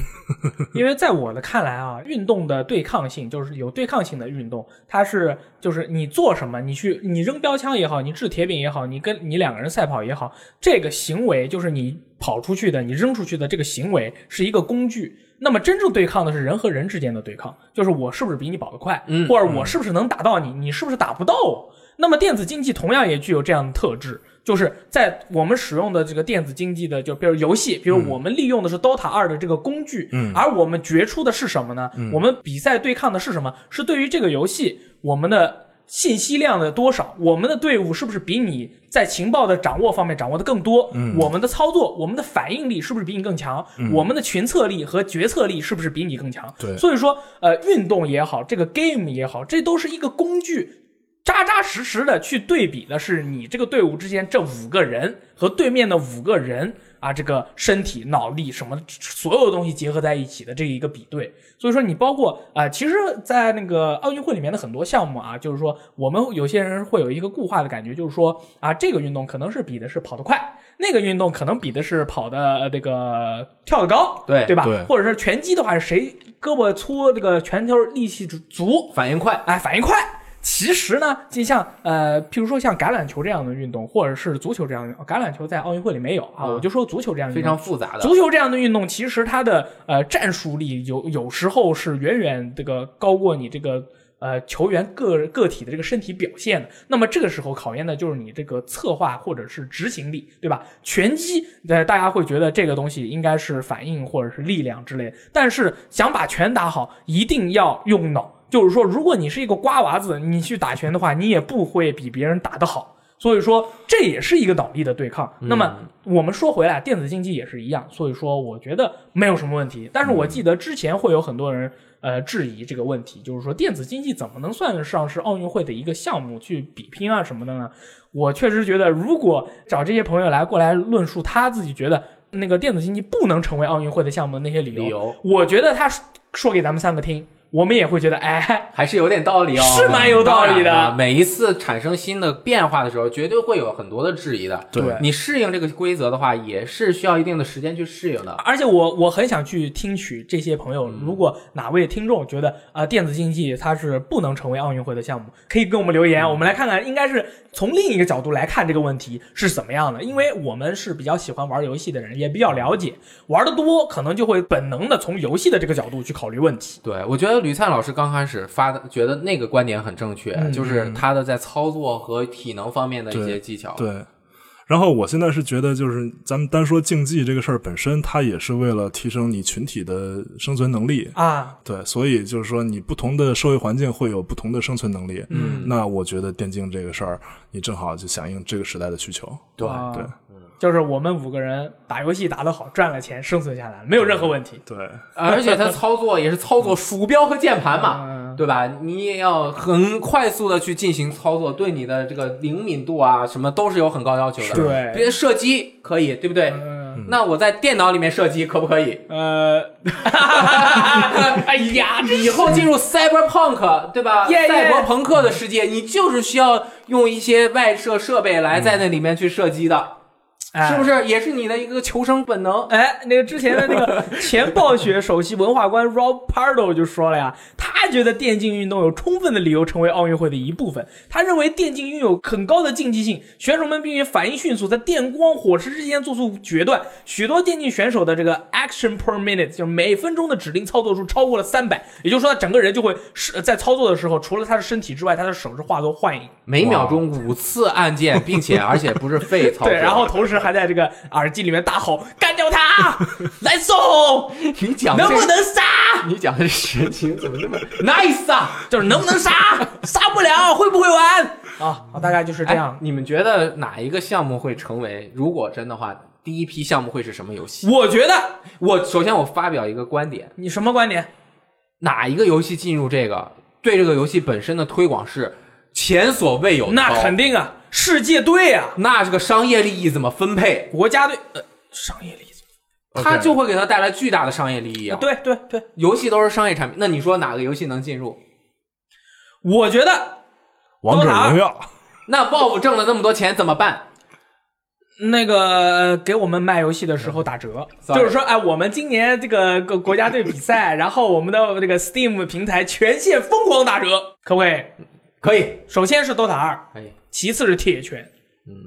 因为在我的看来啊，运动的对抗性就是有对抗性的运动，它是就是你做什么，你去你扔标枪也好，你掷铁饼也好，你跟你两个人赛跑也好，这个行为就是你跑出去的，你扔出去的这个行为是一个工具。那么真正对抗的是人和人之间的对抗，就是我是不是比你跑得快，嗯或者我是不是能打到你，你是不是打不到我。那么电子竞技同样也具有这样的特质，就是在我们使用的这个电子竞技的，就比如游戏，比如我们利用的是 DOTA 二的这个工具，嗯而我们决出的是什么呢？我们比赛对抗的是什么？是对于这个游戏我们的。信息量的多少，我们的队伍是不是比你在情报的掌握方面掌握的更多？嗯我们的操作，我们的反应力是不是比你更强？我们的群策力和决策力是不是比你更强？对所以说，呃，运动也好，这个 game 也好，这都是一个工具，扎扎实实的去对比的是你这个队伍之间这五个人和对面的五个人啊，这个身体、脑力什么所有东西结合在一起的这一个比对。所以说，你包括啊、呃其实，在那个奥运会里面的很多项目啊，就是说我们有些人会有一个固化的感觉，就是说啊，这个运动可能是比的是跑得快，那个运动可能比的是跑的呃这个跳得高，对对吧？对或者是拳击的话，谁胳膊粗，这个拳头力气足，反应快，哎，反应快。其实呢，就像呃，譬如说像橄榄球这样的运动，或者是足球这样的运哦动，橄榄球在奥运会里没有啊，嗯我就说足球这样的非运动常复杂的。足球这样的运动，其实它的呃战术力有有时候是远远这个高过你这个呃球员个个体的这个身体表现的。那么这个时候考验的就是你这个策划或者是执行力，对吧？拳击，呃，大家会觉得这个东西应该是反应或者是力量之类的，但是想把拳打好，一定要用脑。就是说，如果你是一个瓜娃子，你去打拳的话，你也不会比别人打得好。所以说，这也是一个脑力的对抗。那么我们说回来，电子竞技也是一样。所以说，我觉得没有什么问题。但是我记得之前会有很多人呃质疑这个问题，就是说电子竞技怎么能算得上是奥运会的一个项目去比拼啊什么的呢？我确实觉得，如果找这些朋友来过来论述他自己觉得那个电子竞技不能成为奥运会的项目的那些理由，理由我觉得他说说给咱们三个听，我们也会觉得哎。还是有点道理哦，是蛮有道理的当然了每一次产生新的变化的时候，绝对会有很多的质疑的。对你适应这个规则的话，也是需要一定的时间去适应的。而且我我很想去听取这些朋友，如果哪位听众觉得啊、呃电子竞技它是不能成为奥运会的项目，可以跟我们留言，我们来看看应该是从另一个角度来看这个问题是怎么样的。因为我们是比较喜欢玩游戏的人，也比较了解，玩的多，可能就会本能的从游戏的这个角度去考虑问题。对，我觉得吕灿老师刚开始发的，觉得那个观点很正确，嗯就是他的在操作和体能方面的一些技巧。对。然后我现在是觉得，就是咱们单说竞技这个事儿本身，它也是为了提升你群体的生存能力。啊，对，所以就是说，你不同的社会环境会有不同的生存能力。嗯，那我觉得电竞这个事儿，你正好就响应这个时代的需求。对啊对就是我们五个人打游戏打得好，赚了钱，生存下来了，没有任何问题。对，而且他操作也是操作鼠标和键盘嘛，嗯对吧？你也要很快速的去进行操作，对你的这个灵敏度啊什么都是有很高要求的。对别射击可以，对不对？嗯，那我在电脑里面射击可不 可以？呃，哎呀，这以后进入 cyberpunk，对吧？ Yeah, yeah 赛博朋克的世界，你就是需要用一些外设设备来在那里面去射击的，是不是？是？也是你的一个求生本能。哎，那个之前的那个前暴雪首席文化官 Rob Pardo 就说了呀，他觉得电竞运动有充分的理由成为奥运会的一部分。他认为电竞拥有很高的竞技性，选手们必须反应迅速，在电光火石之间做出决断。许多电竞选手的这个 action per minute 就是每分钟的指令操作数超过了三百，也就是说他整个人就会是呃在操作的时候，除了他的身体之外，他的手是化作幻影。每秒钟五次按键，并且而且不是废操 作。对，然后同时还在这个耳机里面大吼：“干掉他，来送，你讲能这不能杀？你讲的事情怎么那么 nice 啊？就是能不 能杀？杀不了，会不会玩？”啊，大概就是这样哎。你们觉得哪一个项目会成为？如果真的话，第一批项目会是什么游戏？哎我觉得我首先我发表一个观点，你什么观点？哪一个游戏进入这个，对这个游戏本身的推广是前所未有的那高肯定啊，世界队啊，那这个商业利益怎么分配，国家队，呃，商业利益。它就会给它带来巨大的商业利益啊！，对对对，游戏都是商业产品，那你说哪个游戏能进入？我觉得王者荣耀，那 BOSS 挣了那么多钱怎么办？那个呃给我们卖游戏的时候打折， Sorry 就是说，哎，我们今年这个国国家队比 赛，然后我们的这个 Steam 平台全线疯狂打折，可不可以？可以，首先是 DOTA 二，可以。其次是铁拳。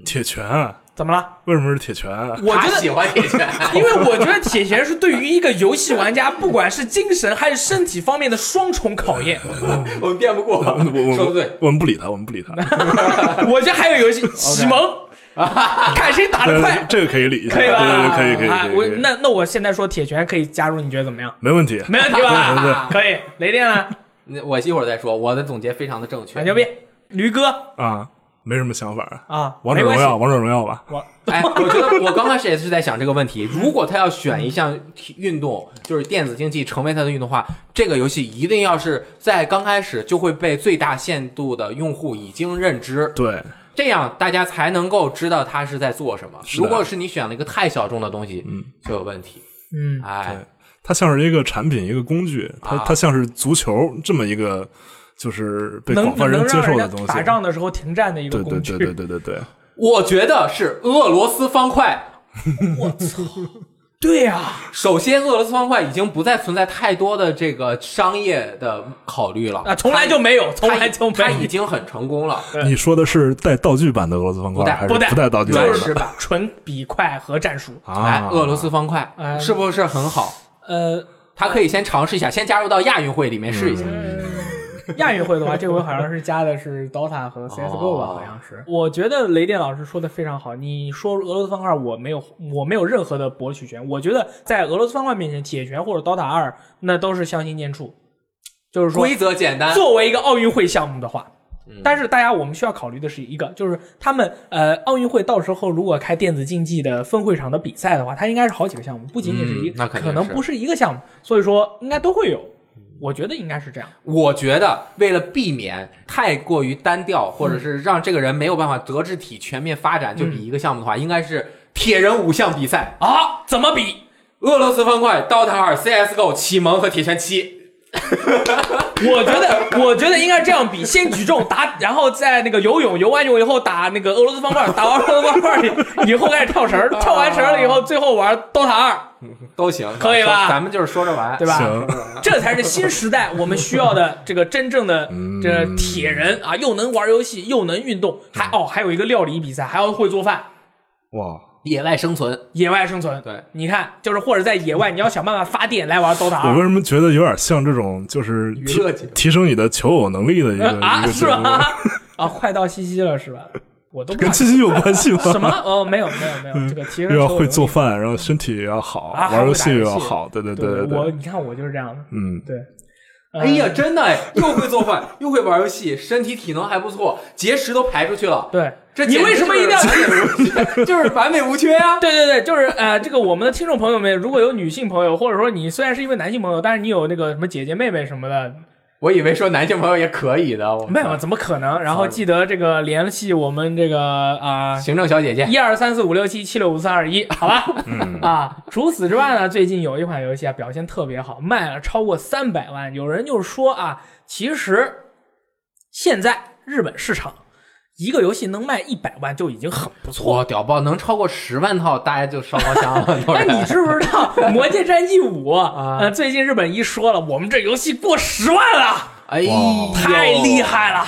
铁拳啊，怎么了？为什么是铁拳啊？ 我觉他喜得，欢铁拳， 因为我觉得铁拳是对于一个游戏玩家，不管是精神还是身体方面的双重考 验。我们辩不过，我我说的对。我我们不理他，我们不理他。我觉得还有游戏启 蒙，看谁打得对快，这个可以理一下，可以吧？对对对，可以可啊以可我以可以，那那我现在说铁拳可以加入，你觉得怎么样？没问题。没问题对对吧对？可以。雷电啊呢？那我一会儿再说，我的总结非常的正确很。牛逼。驴哥啊，没什么想法啊。啊，王者没关荣系耀，，王者荣耀吧。 哎，我觉得我刚开始也是在想这个问题。如果他要选一项体运动，就是电子竞技成为他的运动化，这个游戏一定要是在刚开始就会被最大限度的用户已经认知，对，这样大家才能够知道他是在做什么。是的如果是你选了一个太小众的东西，嗯，就有问题。嗯，哎，它像是一个产品，一个工具，它啊它像是足球这么一个，就是被能广泛能接让受人的家东西。打仗的时候停战的一个对对工具对。对对对对，我觉得是俄罗斯方块。对啊呀，首先，俄罗斯方块已经不再存在太多的这个商业的考虑了啊，从来就没有，从它来就它已没经很成功了。对你说的是带道具版的俄罗斯方块，不带还是不带带道具版原有始的版，纯笔快和战术。啊？哎，俄罗斯方块哎是不是很好？呃，他可以先尝试一下，先加入到亚运会里面试一下。 亚运会的话，这回好像是加的是 DOTA 和 CSGO 吧，哦好像是。我觉得雷电老师说的非常好，你说俄罗斯方块，我没有，我没有任何的博取权。我觉得在俄罗斯方块面前，铁拳或者 DOTA 二，那都是相形见绌。就是说，规则简单，作为一个奥运会项目的话，但是大家我们需要考虑的是一个，就是他们呃奥运会到时候如果开电子竞技的分会场的比赛的话，它应该是好几个项目，不仅仅是一，嗯那肯定可能是不是一个项目，所以说应该都会有。我觉得应该是这样。我觉得为了避免太过于单调，或者是让这个人没有办法德智体全面发展，就比一个项目的话，应该是铁人五项比赛：啊，怎么比？俄罗斯方块、DOTA 二、CS:GO、启蒙和铁拳七。我觉得，我觉得应该这样比：先举重打，然后再那个游泳，游完泳以后打那个俄罗斯方块，打完俄罗斯方块以以后开始跳绳儿，跳完绳儿了以后，最后玩 DOTA 二，都行，可以吧咱们就是说着玩，对吧？行，这才是新时代我们需要的这个真正的这铁人啊，又能玩游戏，又能运动，还哦还有一个料理比赛，还要会做饭，哇，野外生存，野外生存。对，你看，就是或者在野外，你要想办法发电来玩 DOTA 我为二。什么觉得有点像这种就是娱提乐节目提升你的求偶能力的一个、呃啊，一个是节目，吧？啊，快到七夕了是吧？我都不知跟道七夕有关系吗？ 什么？哦，没有没有没有，这个提升 嗯又要球会有做用饭，然后身体也要好，啊还玩会游打戏游又要戏好，对对对对对我，对，你看我就是这样的，嗯，对。呃哎呀，，真的哎，又会做饭，又会玩游戏，身体体能还不错，结石都排出去了。对，这你简直为什么一定要 就是就是完美无缺 啊？对对对，就是呃，这个我们的听众朋友们，如果有女性朋友，或者说你虽然是一位男性朋友，但是你有那个什么姐姐妹妹什么的，我以为说男性朋友也可以的，我没有怎么可能？然后记得这个联系我们这个啊。行政小姐姐一二三四五六七七六五四二一，好吧， 啊，除此之外呢，最近有一款游戏啊表现特别好，卖了超过三百万。有人就说啊，其实现在日本市场一个游戏能卖一百万就已经很不错了 哇，屌爆，能超过十万套，大家就烧高 香了。都那是哎你知不知道《魔界战记五》啊呃，最近日本一说了，我们这游戏过十万了，哎呦，太厉！害了！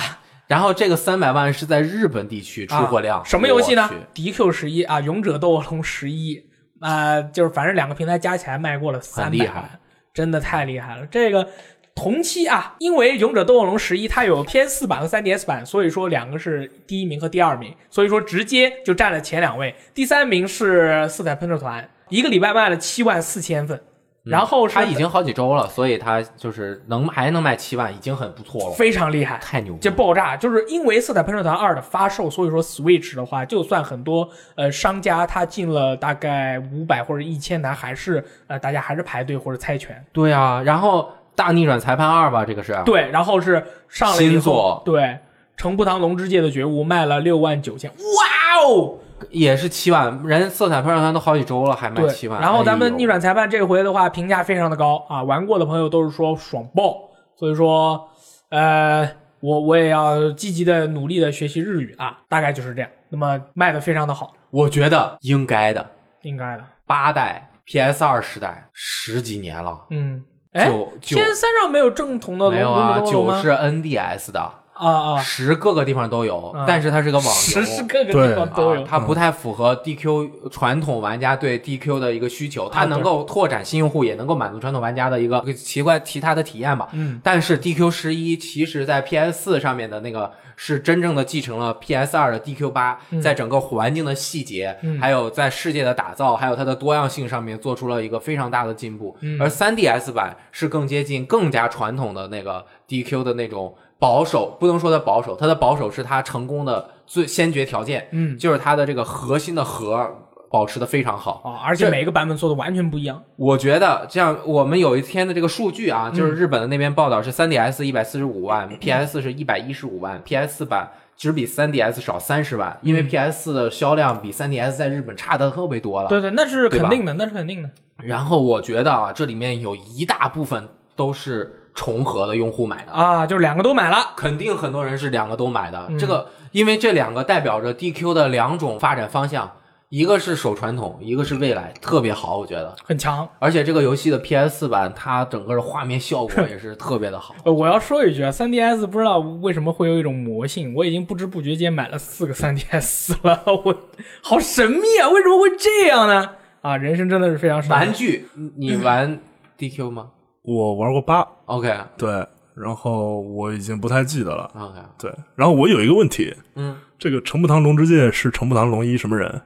然后这个三百万是在日本地区出货量，啊什么游戏呢我去？ ？DQ 十一啊，《勇者斗恶龙十一》啊，就是反正两个平台加起来卖过了三很百厉万害，真的太厉害了。这个同期啊，因为《勇者斗恶龙十一》它有 PS 4版和 3DS 版，所以说两个是第一名和第二名，所以说直接就占了前两位。第三名是《四彩喷射团》，一个礼拜卖了七万四千份。然后是嗯它已经好几周了，所以它就是能还能卖七万，已经很不错了，非常厉害，太牛逼这了！爆炸就是因为《色彩喷射团二》的发售，所以说 Switch 的话，就算很多呃商家他进了大概五百或者一千台，还是呃大家还是排队或者猜拳。对啊，然后大逆转裁判二吧，这个是对，然后是上了以新后作，对《城不堂龙之界的觉悟》卖了六万九千，哇哦！也是七万，人色彩喷射团都好几周了，还卖对，七万。然后咱们逆哎呦转裁判这回的话，评价非常的高啊，玩过的朋友都是说爽爆，所以说，呃，我我也要积极的努力的学习日语啊，大概就是这样。那么卖的非常的好，我觉得应该的，应该的，八代 PS 二时代十几年了，嗯，哎九九，PS 三上没有正统的龙没有啊，龙珠斗九龙是吗 NDS 的，啊啊，十各个地方都有啊，但是它是个网十是游。各个地方对都有嗯啊，，它不太符合 DQ 传统玩家对 DQ 的一个需求，它啊对能够拓展新用户，也能够满足传统玩家的一个奇怪其他的体验吧。嗯，但是 DQ 十一其实在 PS 四上面的那个是真正的继承了 PS 二的 DQ 八、嗯在整个环境的细节、还有在世界的打造，还有它的多样性上面做出了一个非常大的进步。嗯而 3DS 版是更接近更加传统的那个 DQ 的那种保守，不能说它保守，它的保守是它成功的最先决条件，嗯就是它的这个核心的核保持的非常好。啊，而且这每个版本做的完全不一样，我觉得这样，我们有一天的这个数据嗯啊，就是日本的那边报道是 3DS 一百四十五万，PS 是一百一十五万，PS 四版只比 3DS 少三十万，嗯因为 PS 四的销量比 3DS 在日本差的特别多了。对对，那是对肯吧定的，那是肯定的，然后我觉得啊，这里面有一大部分都是重合的用户买的。啊，嗯就是两个都买了，肯定很多人是两个都买的，这个因为这两个代表着 DQ 的两种发展方向，一个是守传统，一个是未来，特别好，我觉得。很强。而且这个游戏的 PS 四版，它整个的画面效 果也是特别的好。呃，我要说一句啊，3DS 不知道为什么会有一种魔性，我已经不知不觉间买了四个 3DS 了， 我好神秘啊，为什么会这样呢？啊，人生真的是非常神玩秘。具，你你嗯玩 DQ 吗我玩过八， ？OK 对，然后我已经不太记得了。 OK，对，然后我有一个问题，嗯，这个程步堂龙之介是程步堂龙一什么人？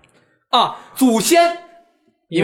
啊，祖先，因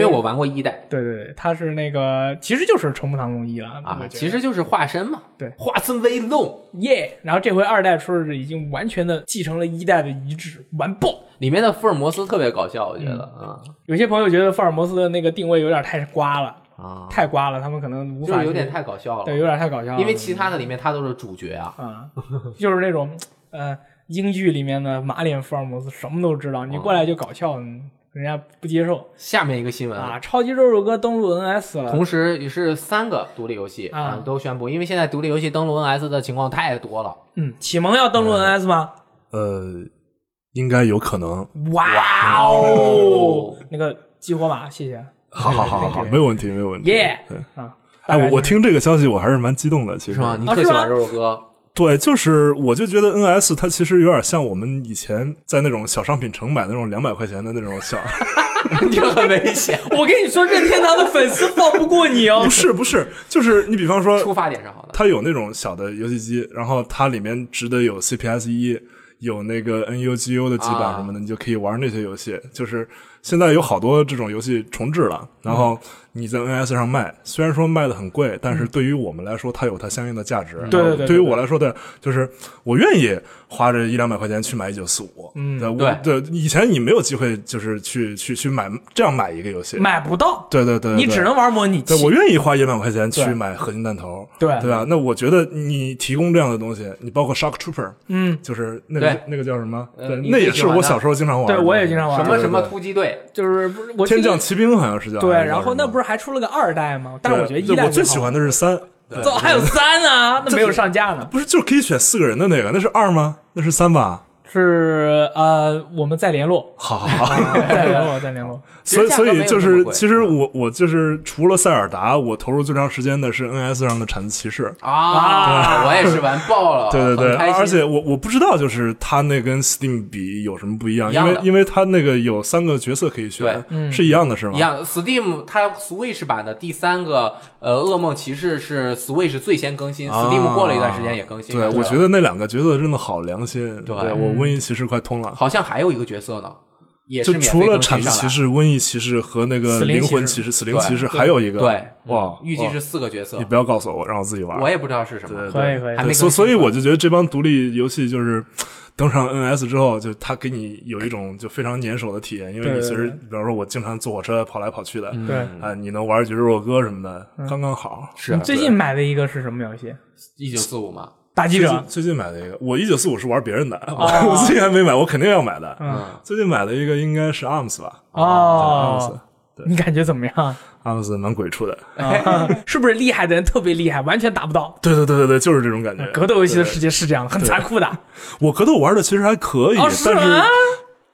因为为我玩过一代对对对，他是那个，其实就是成木堂龙一了啊我，觉得其实就是化身嘛，对化身为龙。耶然后这回二代说是已经完全的继承了一代的遗志，完爆。里面的福尔摩斯特别搞笑，我觉得啊有些朋友觉得福尔摩斯的那个定位有点太瓜了，啊，太瓜了，他们可能无就法是有点去太搞笑对，了，有点太搞笑了，因为其他的里面他都是主角啊。啊，就是那种呃英剧里面的马脸福尔摩斯，什么都知道，你过来就搞笑，嗯人家不接受下面一个新闻啊。超级肉肉哥登陆 NS 了，同时也是三个独立游戏啊都宣布，因为现在独立游戏登陆 NS 的情况太多了。嗯，启蒙要登陆 NS 吗？呃，应该有可能。哇哦，那个激活码，谢谢，好好好好好，没有问题，没有问题。耶对，啊！哎，大概我我是听这个消息我还是蛮激动的，其实。是吗？你啊特是喜吗欢肉肉哥？对，就是我就觉得 NS 它其实有点像我们以前在那种小商品城买的那种两百块钱的那种小， 这很危险。我跟你说，任天堂的粉丝放不过你哦不。是不是，就是你比方说出发点是好的，它有那种小的游戏机，然后它里面值得有 CPS 一，有那个 NUGU 的啊基板什么的，你就可以玩那些游戏。就是现在有好多这种游戏重置了，然嗯后你在 NS 上卖，虽然说卖的很贵，但是对于我们来说，它有它相应的价值。嗯对对对对对于我来说的，就是我愿意花这一两百块钱去买一九四五。嗯对我对，以前你没有机会就是去去去买这样买一个游戏。买不到，对对对，对你只能玩模拟器对，。我愿意花一百块钱去对买合金弹头，对对吧？那我觉得你提供这样的东西，你包括 Shock Trooper，嗯，就是那个对那个叫什么？呃对，你那最也喜是欢我的小时候经常玩的。对我也经常玩什么什么啊对对对突击队，就是不是我记天得降骑兵好像是叫对，还是叫然后什么那不是还出了个二代吗？但对是我觉得一对代我最好喜欢的是三，对走， 还有三啊， 那没有上架呢。不是就是可以选四个人的那个，那是二吗？那是三吧？是呃，我们再联 络，好 好好，再联络，再联络。其所实以价所格没以有就那么是贵其实我我就是除了塞尔达，我投入最长时间的是 NS 上的铲子骑士。啊，我也是玩爆了，对对对，很开心而且我我不知道，就是它那跟 Steam 比有什么不一样？一因样的为因为它那个有三个角色可以选对，嗯是一样的，是吗？一样，Steam 它 Switch 版的第三个呃噩梦骑士是 Switch 最先更新、啊 s t e a m 过了一段时间也更新对，了。我觉得那两个角色真的好良心。对对嗯我瘟疫骑士快通了，好像还有一个角色呢，也是就免费除了更新铲子上骑来士、瘟疫骑士和那个死灵灵骑士魂骑士、死灵骑士，对还有一个对，哇，预计哇是四个角色你，不要告诉我，让我自己玩。我也不知道是什么对。可以可以还没对，更所新所以我就觉得这帮独立游戏就是登上 NS 之后，就它给你有一种就非常粘手的体验，因为你对对随时，对比方说我经常坐火车跑来跑去的，嗯对啊，你能玩《绝世若歌》什么嗯的，刚刚好。是你最近买的一个是什么游戏？一九四五嘛，打击最者近。最近买的一个，我一九四五是玩别人的， 我自己还没买，我肯定要买的。啊嗯最近买的一个应该是 ARMS 吧哦，ARMS，你感觉怎么 样？ ARMS 蛮鬼畜的。啊是不是厉害的人特别厉害，完全打不到？对对对对对，就是这种感觉。格斗游戏的世界是这样，很残酷的。我格斗玩的其实还可以哦，，是但吗是？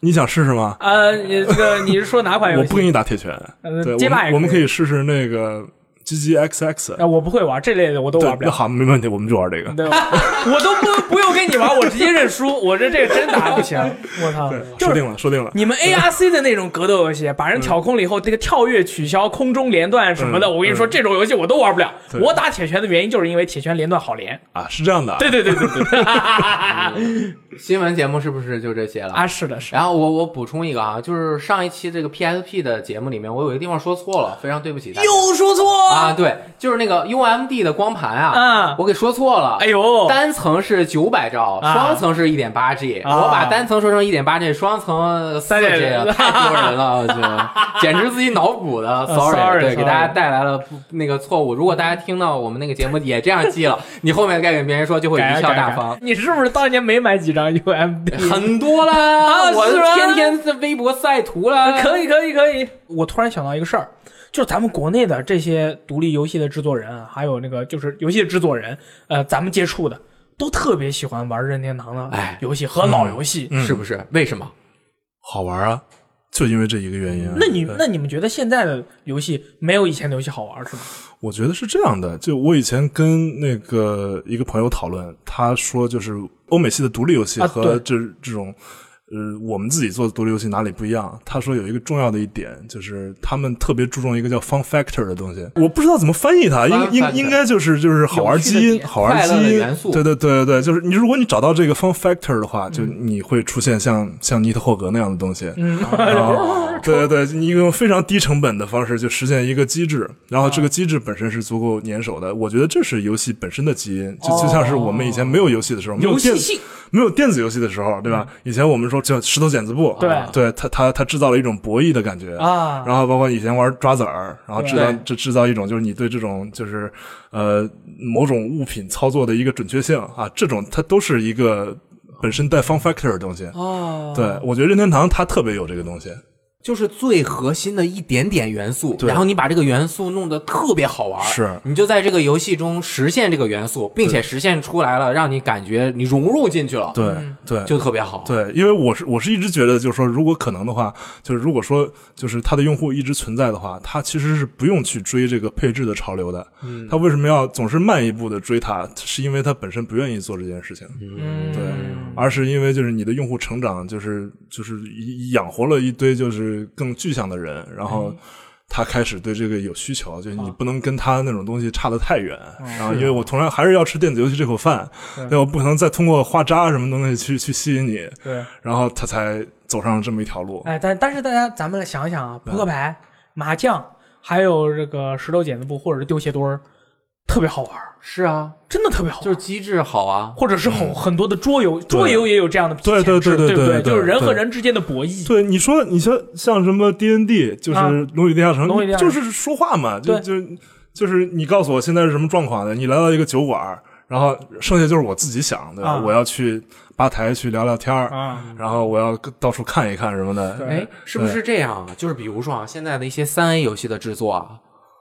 你想试试吗？呃，你这个你是说哪款游我戏？不给你打铁拳，哎呃对，街我霸也们我们可可以以试试那个 GGXX。啊，我不会玩这类的，我都玩对，不那了。好，没问题，我们就玩这个。对， 我都不不用跟你玩，我直接认输。我这这个真打不 行，我操！就说是定了，说定了。你们 ARC 的那种格斗游戏，把人挑空了以后，这个跳跃、取消、空中连段什么的，嗯我跟你说，嗯这种游戏我都玩不了。对我打铁拳的原因就是因为铁拳连段好连。啊，是这样的啊，对对对对对对，新闻节目是不是就这些了？ 啊，是的，是的。然后我我补充一个啊，就是上一期这个 PSP 的节目里面，我有一个地方说错了，非常对不起大家。说错啊，对，就是那个 UMD 的光盘啊，嗯我给说错了。哎呦，单层是九百兆，啊双层是一点八 G。啊我把单层说成一点八 G，双层四 G 3.0了，太丢人了，我觉得简直自己脑补的。 sorry， Sorry，对，呃 sorry 给大家带来了不那个错误。如果大家听到我们那个节目也这样记了，你后面该给别人说就会改贻啊笑改啊大改方啊。你是不是当年没买几张 UMD？很多啦，啊我是吗呃天天在微博晒图啦。可啊以可以可以。我突然想到一个事儿，就是咱们国内的这些独立游戏的制作人啊，还有那个就是游戏的制作人，呃，咱们接触的都特别喜欢玩任天堂的哎嗯嗯游戏和老游戏。是不是？为什么？好玩啊！就因为这一个原因。那你嗯对那你们觉得现在的游戏没有以前的游戏好玩是吗？我觉得是这样的，就我以前跟那个一个朋友讨论，他说就是欧美系的独立游戏啊和这、这种。呃，我们自己做的独立游戏哪里不一样？他说有一个重要的一点，就是他们特别注重一个叫 fun factor 的东西，我不知道怎么翻译它， Fun 应应 factor 应该就是就是好玩基有趣的因，点好玩基快乐的因元素对对对对对，就是你如果你找到这个 fun factor 的话，就你会出现像像尼特霍格那样的东西，嗯，啊，对对对，你用非常低成本的方式就实现一个机制，然后这嗯个机制本身是足够粘手的。我觉得这是游戏本身的基因，就就像是我们以前没有游戏的时候，没有游戏电性嗯没有电子游戏的时候，对吧？以前我们说叫石头剪子布，对对，它它它制造了一种博弈的感觉。啊，然后包括以前玩抓子儿，然后制造对这制造一种就是你对这种就是呃某种物品操作的一个准确性啊，这种它都是一个本身带 fun factor 的东西。哦，对，我觉得任天堂它特别有这个东西。就是最核心的一点点元素，对然后你把这个元素弄得特别好玩，是你就在这个游戏中实现这个元素，并且实现出来了，让你感觉你融入进去了，，对对就特别好。对，嗯因为我是我是一直觉得，就是说，如果可能的话，就是如果说就是它的用户一直存在的话，它其实是不用去追这个配置的潮流的。嗯，它为什么要总是慢一步的追它？是因为它本身不愿意做这件事情，嗯，对，而是因为就是你的用户成长，就是就是一养活了一堆就是更具象的人，然后。他开始对这个有需求，就是你不能跟他那种东西差得太远。然后，因为我同样哦还是要吃电子游戏这口饭，对，我不可能再通过花渣什么东西去去吸引你。对，然后他才走上了这么一条路。哎，但但是大家咱们来想想啊，扑克牌、麻将，还有这个石头剪子布或者是丢鞋墩儿，特别好玩儿，是啊，真的特别好玩儿。就是机制好啊，或者是很很多的桌游，桌游也有这样的嗯对潜对质对对对不对对就是人和对人之间的博弈。 对，你说你像像什么 D N D，就是啊《龙与地下城》龙与地下城就是说话嘛，就对就就是你告诉我现在是什么状况的，你来到一个酒馆，然后剩下就是我自己想，对吧？啊我要去吧台去聊聊天儿，啊，然后我要到处看一看什么的。对哎，是不是这样啊？就是比如说啊，现在的一些三 A 游戏的制作啊，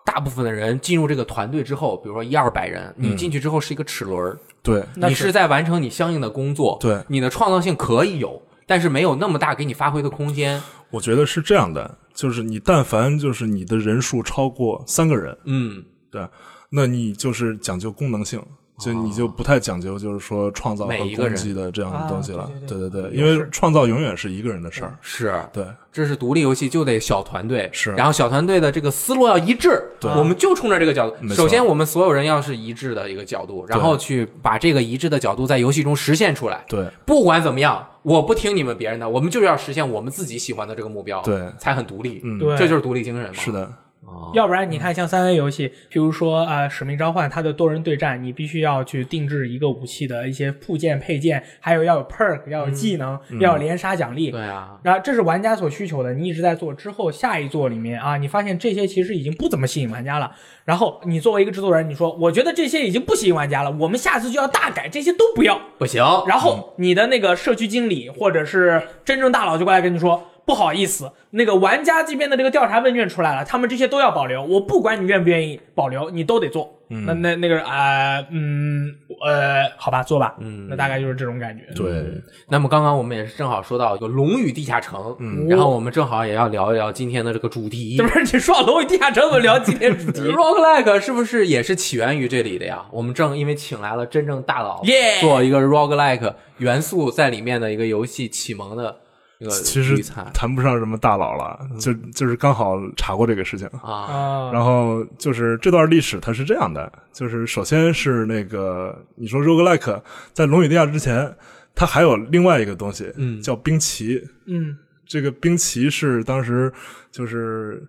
大部分的人进入这个团队之后，比如说一二百人，嗯你进去之后是一个齿轮儿，对那你是在完成你相应的工作，对你的创造性可以有，但是没有那么大给你发挥的空间。我觉得是这样的，就是你但凡就是你的人数超过三个人，嗯，对，那你就是讲究功能性，就你就不太讲究就是说创造和每一个攻人击的这样的东西了。哦啊对对对对因为创造永远是一个人的事儿。是，对这是独立游戏就得小团队，是然后小团队的这个思路要一致，对我们就冲着这个角度。没错首先，我们所有人要是一致的一个角度，然后去把这个一致的角度在游戏中实现出来。对不管怎么样，我不听你们别人的，我们就是要实现我们自己喜欢的这个目标，对才很独立。嗯对这就是独立精神嘛。是的，哦，要不然你看，像三 A 游戏，比如说啊，呃《使命召唤》，它的多人对战，你必须要去定制一个武器的一些部件配件，还有要有 perk，要有技能，嗯要有连杀奖励。对啊，然后这是玩家所需求的，你一直在做。之后下一座里面啊，你发现这些其实已经不怎么吸引玩家了。然后你作为一个制作人，你说我觉得这些已经不吸引玩家了，我们下次就要大改，这些都不要。不行，然后你的那个社区经理或者是真正大佬就过来跟你说。不好意思，那个玩家这边的这个调查问卷出来了，他们这些都要保留。我不管你愿不愿意保留，你都得做。那那那个啊、呃，嗯呃，好吧，做吧。嗯，那大概就是这种感觉。对，那么刚刚我们也是正好说到有《龙与地下城》，嗯然后我们正好也要聊一聊今天的这个主题。这不是你说到龙与地下城，我们聊今天主 题。 roguelike 是不是也是起源于这里的呀？我们正因为请来了真正大佬 Yeah 做一个 roguelike 元素在里面的一个游戏启蒙的一个其实题材谈不上什么大佬了，就就是刚好查过这个事情。啊，啊，然后就是这段历史，它是这样的，就是首先是那个你说 roguelike 在《龙与地下》之前，它还有另外一个东西，嗯叫兵棋，嗯，这个兵棋是当时就是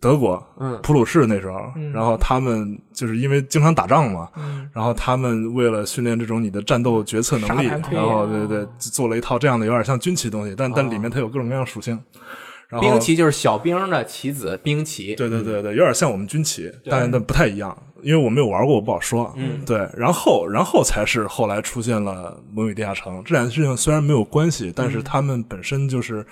德国，嗯普鲁士那时候，嗯然后他们就是因为经常打仗嘛，嗯然后他们为了训练这种你的战斗决策能力，沙盘推然演啊后对对对，做了一套这样的有点像军棋东西，但、但里面它有各种各样属性，然后兵棋就是小兵的棋子，兵棋。对对对对，有点像我们军棋，但但不太一样，因为我没有玩过，我不好说。嗯，对，然后然后才是后来出现了《魔女地下城》这两件事情虽然没有关系，但是他们本身就是，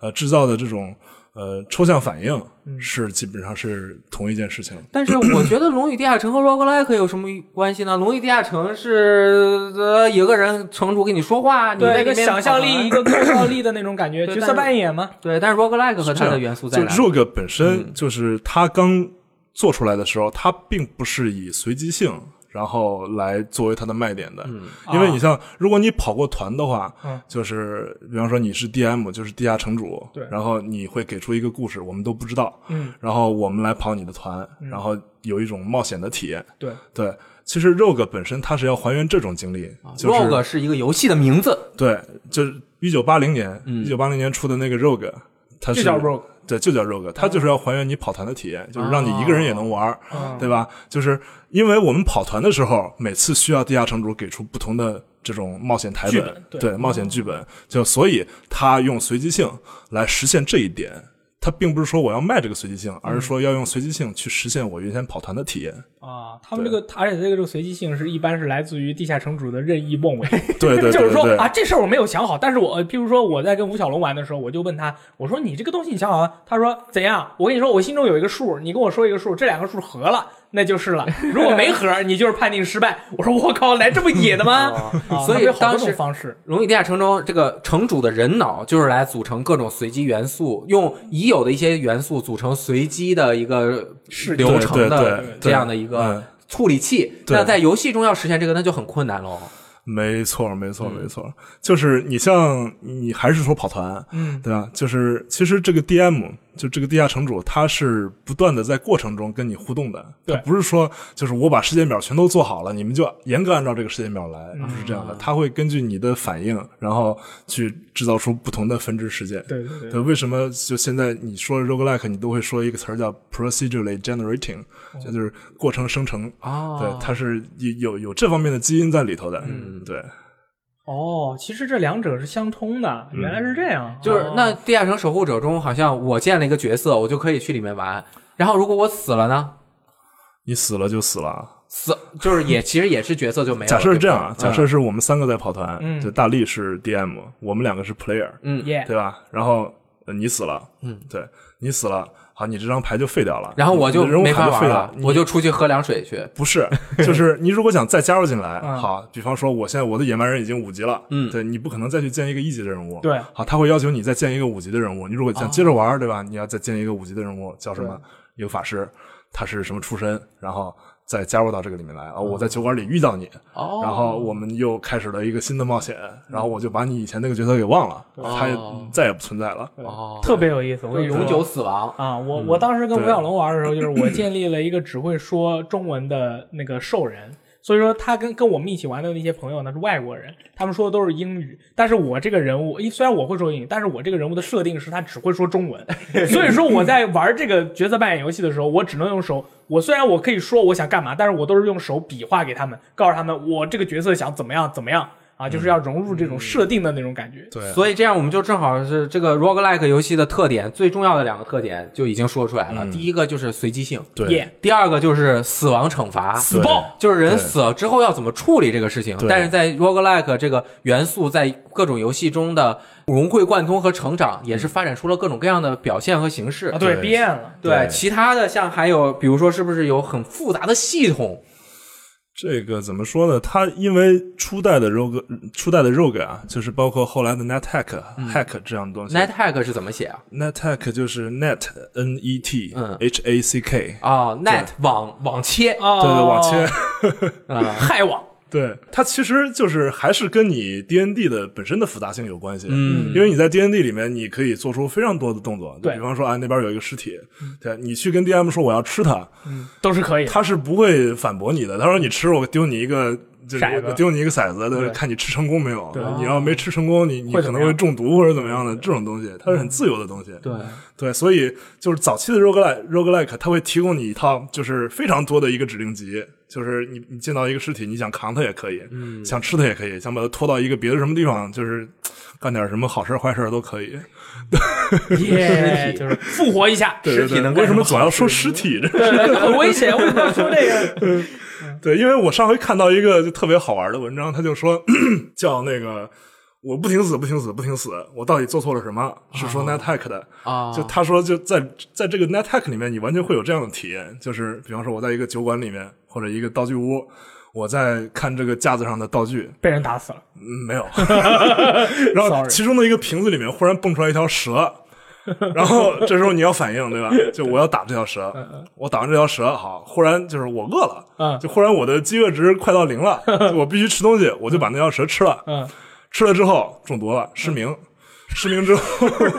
呃，制造的这种。呃抽象反应是基本上是同一件事情。但是我觉得《龙与地下城》和 roguelike 有什么关系呢？《龙与地下城是》呃有个人城主跟你说话，你在对，一里个面想象力，一个创造力的那种感觉，对角色但是扮演嘛。对，但是 roguelike 和它的元素在就哪？ Rogue 本身就是它刚做出来的时候，它并不是以随机性然后来作为它的卖点的，因为你像如果你跑过团的话，啊嗯就是比方说你是 DM，就是地下城主，对然后你会给出一个故事，我们都不知道，嗯，然后我们来跑你的团，然后有一种冒险的体验，对，对。其实 Rogue 本身它是要还原这种经历，就是啊 rogue 是一个游戏的名字，对，就是一九八零年，一九八零年出的那个 Rogue，它就是叫 rogue。对，就叫 rogue，它就是要还原你跑团的体验，就是让你一个人也能玩儿，嗯对吧？就是因为我们跑团的时候，每次需要地下城主给出不同的这种冒险台剧本，本对嗯冒险剧本，就所以他用随机性来实现这一点。他并不是说我要卖这个随机性，而是嗯说要用随机性去实现我原先跑团的体验。 啊，他们这个，而且这个这个随机性是一般是来自于地下城主的任意妄为，对对对 就是对说对，啊，这事儿我没有想好，但是我呃譬如说我在跟吴小龙玩的时候，我就问他，我说你这个东西你想好了？他说怎样？我跟你说，我心中有一个数，你跟我说一个数，这两个数合了，那就是了；如果没合，你就是判定失败。我说我靠，来这么野的 吗？啊哦所以那有好多当种时方式， 《龙与地下城》中，这个城主的人脑就是来组成各种随机元素，用已有的一些元素组成随机的一个流程对对的对对这样的一嗯个处理器。对那在游戏中要实现这个，那就很困难喽。没错，没错，没错，就是你像你还是说跑团，嗯，对吧？就是其实这个 DM 就这个地下城主，他是不断的在过程中跟你互动的，对他不是说就是我把时间表全都做好了，你们就严格按照这个时间表来，不是这嗯样的，他会根据你的反应，然后去制造出不同的分支事件。对对对，对，为什么就现在你说 roguelike，你都会说一个词儿叫 procedurally generating，这哦就是过程生成。哦对，它是有有有这方面的基因在里头的。嗯，对。哦，其实这两者是相通的，原来是这样，嗯就是哦那《地下城守护者》中，好像我建了一个角色，我就可以去里面玩。然后如果我死了呢？你死了就死了啊。死就是也其实也是角色就没有了。 假设是这样对啊吧，嗯假设是我们三个在跑团，嗯就大力是 DM，我们两个是 player，嗯，嗯耶对吧？然后呃你死了，嗯，对你死了，好，你这张牌就废掉了，然后我就你的人物没卡法就玩废了了，，我你就出去喝凉水去。不是， 就是你如果想再加入进来，嗯好，比方说我现在我的野蛮人已经五级了，嗯对你不可能再去建一个一级的人物，对好，他会要求你再建一个五级的人物，你如果想接着玩，对吧？你要再建一个五级的人物，叫什么？一个法师，他是什么出身？然后再加入到这个里面来啊、我在酒馆里遇到你，哦然后我们又开始了一个新的冒险，然后我就把你以前那个角色给忘了，他也哦再也不存在了。哦，特别有意思，我就跟你说永久死亡。啊，我我当时跟吴嗯对小龙玩的时候，就是 我建立了一个只会说中文的那个兽人，所以说他跟跟我们一起玩的那些朋友呢是外国人，他们说的都是英语，但是我这个人物，诶虽然我会说英语，但是我这个人物的设定是他只会说中文， 所以说我在玩这个角色扮演游戏的时候，我只能用手。我虽然我可以说我想干嘛，但是我都是用手比划给他们，告诉他们我这个角色想怎么样怎么样啊，就是嗯要融入这种设定的那种感觉。对所以这样我们就正好是这个 roguelike 游戏的特点，最重要的两个特点就已经说出来了。第一个就是随机性，嗯对耶，第二个就是死亡惩罚，死爆！就是人死了之后要怎么处理这个事情。对但是在 roguelike 这个元素在各种游戏中的融会贯通和成长，也是发展出了各种各样的表现和形式啊，。对，对变了。对，其他的像还有，比如说是不是有很复杂的系统？这个怎么说呢？它因为初代的 rogue，初代的 rogue 啊，就是包括后来的 NetHack、hack 这样的东西。 Net hack 是怎么写啊？ NetHack 就是 Net N E T 嗯 H A C K，哦，net 网网切啊哦，对对，往前，害网。对它其实就是还是跟你 D N D 的本身的复杂性有关系。嗯，因为你在 D N D 里面，你可以做出非常多的动作，就对比方说啊，那边有一个尸体，对你去跟 D M 说我要吃它，都是可以的。他是不会反驳你的。他说你吃，我丢你一个。就是骰子我丢你一个骰子，对看你吃成功没有对。你要没吃成功，你你会可怎么能样会中毒或者怎么样的这种东西，它是很自由的东西。对，对，所以就是早期的 roguelike roguelike，它会提供你一套就是非常多的一个指令集，就是你你见到一个尸体，你想扛它也可以，嗯想吃它也可以，想把它拖到一个别的什么地方，就是干点什么好事儿坏事儿都可以。，耶，就是复活一下对对尸体能干对，为什什么么总要说尸体？这对对对很危险，为什么要说这个？ 对，因为我上回看到一个就特别好玩的文章，他就说叫那个。我不停死，不停死，不停死，我到底做错了什么？是说 NetHack 的啊就他说就在在这个 NetHack 里面，你完全会有这样的体验，就是比方说我在一个酒馆里面或者一个道具屋，我在看这个架子上的道具， 被人打死了，嗯，没有。然后 Sorry 其中的一个瓶子里面忽然蹦出来一条蛇，然后这时候你要反应对 吧？就我要打这条蛇，我打完这条蛇，好，忽然就是我饿了，嗯就忽然我的饥饿值快到零 了，就我必须吃东西，我就把那条蛇吃了，嗯，吃了之后中毒了，失明。失明之后，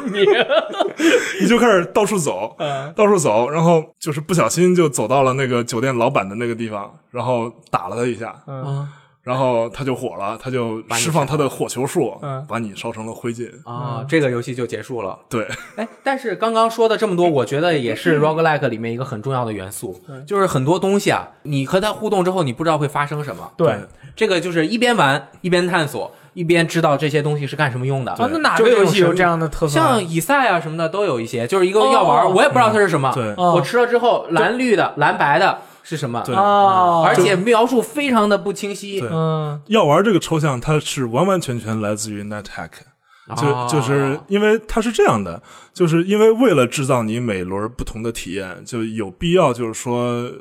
你 你就开始到处走，嗯到处走，然后就是不小心就走到了那个酒店老板的那个地方，然后打了他一下，嗯啊然后他就火了，他就你释放他的火球术，嗯把你烧成了灰烬。啊，这个游戏就结束了。对，哎，但是刚刚说的这么多，我觉得也是 roguelike 里面一个很重要的元素，嗯就是很多东西啊，你和它互动之后，你不知道会发生什么。对对这个就是一边玩一边探索，一边知道这些东西是干什么用的。啊，那哪就个是这游种戏有神秘这样的特色像呢？嗯以赛啊什么的都有一些，就是一个药哦丸，我也不知道它是什么。嗯对哦我吃了之后，蓝绿的、蓝白的是什么？对啊，而且描述非常的不清晰。哦对嗯，药丸这个抽象，它是完完全全来自于 NetHack，就、啊就是因为它是这样的，就是因为为了制造你每轮不同的体验，就有必要就是说，呃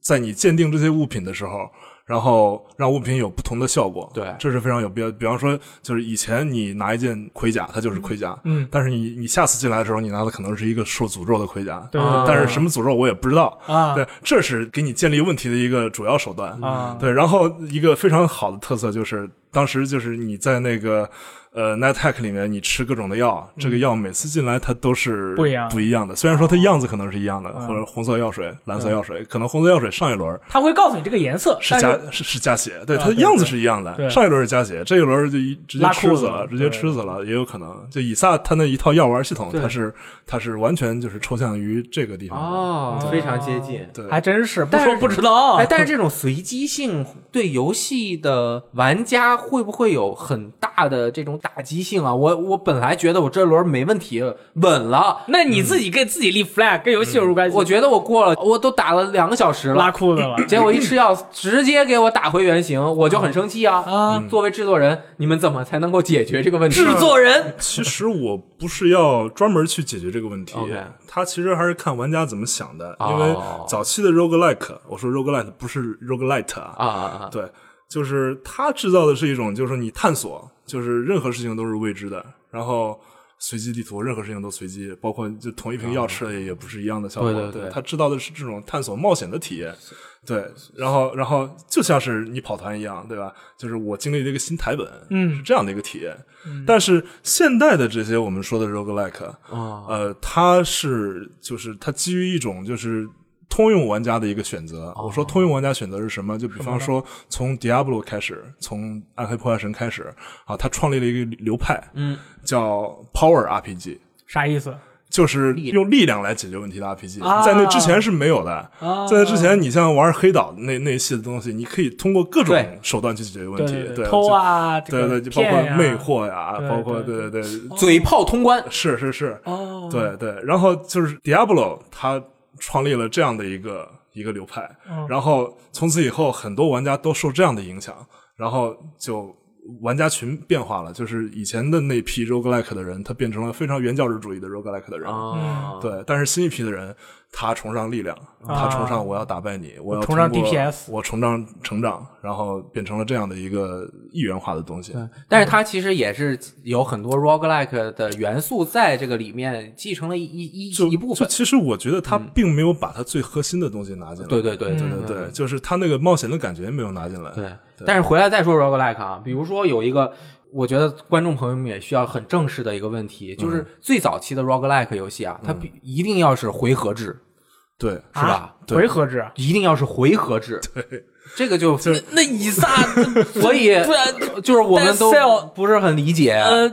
在你鉴定这些物品的时候。然后让物品有不同的效果，对这是非常有必要。比方说，就是以前你拿一件盔甲，它就是盔甲，嗯，但是你你下次进来的时候，你拿的可能是一个受诅咒的盔甲，对啊但是什么诅咒我也不知道，啊对，这是给你建立问题的一个主要手段啊对，然后一个非常好的特色就是，当时就是你在那个呃 NetHack 里面，你吃各种的药，这个药每次进来它都是嗯不一样哦嗯不一样的。虽然说它样子可能是一样的，或者红色药水、蓝色药水，可能红色药水上一轮他会告诉你这个颜色，是但加是是是加血，对，啊它对样子是一样对的，上一轮是加血，这一轮就一直接拉吃裤子死了了，直接对吃死了，也有可能。就以撒他那一套药丸系统，对它是它是完全就是抽象于这个地方的。哦，非常接近。对，还真是不但是说不知道啊哎，。但是这种随机性对游戏的玩家会不会有很大的这种打击性啊？我我本来觉得我这轮没问题，稳了，那你自己给自己立 flag，跟游戏有什么关系？我觉得我过了，我都打了两个小时拉了，裤子 了结果一吃药直接给我打回原形，我就很生气啊！啊！作为制作人，你们怎么才能够解决这个问题？制作人其实我不是要专门去解决这个问题 OK，它其实还是看玩家怎么想的。哦因为早期的 roguelike，我说 roguelike 不是 roguelite 啊，啊啊对，就是它制造的是一种，就是你探索，就是任何事情都是未知的，然后随机地图，任何事情都随机，包括就同一瓶药吃了也也不是一样的效果。对对对它制造的是这种探索冒险的体验。对，然后然后就像是你跑团一样，对吧？就是我经历了一个新台本，嗯是这样的一个体验。但是现代的这些我们说的 roguelike，啊！呃，它是就是它基于一种就是通用玩家的一个选择。我说通用玩家选择是什么？就比方说从 Diablo 开始，从暗黑破坏神开始啊，它创立了一个流派，嗯，叫 Power RPG。啥意思？就是力用力量来解决问题的 RPG，、啊在那之前是没有的。啊在那之前，你像玩黑岛那那一系的东西，你可以通过各种对手段去解决问对题，对对偷，啊，就对这对，个就包括骗呀魅惑呀，对包括对对对对，嘴炮通关，是是是，哦，对对，然后就是 Diablo，他创立了这样的一个一个流派，嗯然后从此以后，很多玩家都受这样的影响，然后就玩家群变化了，就是以前的那批 roguelike 的人，他变成了非常原教旨主义的 roguelike 的人。啊，对，但是新一批的人，他崇尚力量，他崇尚我要打败你，我要哦崇尚通过 DPS 我崇尚成长，然后变成了这样的一个一元化的东西。但是它其实也是有很多 roguelike 的元素在这个里面继承了一一就一一部就分。嗯其实我觉得他并没有把他最核心的东西拿进来。对对对对嗯对对，就是他那个冒险的感觉没有拿进来。对，但是回来再说 roguelike 啊，比如说有一个，我觉得观众朋友们也需要很正视的一个问题，就是最早期的 roguelike 游戏啊，它必一定要是回合制，对啊是吧对回合制，啊一定要是回合制。对，这个就那那以撒 所以不然 就是我们都 Cell- 不是很理解，呃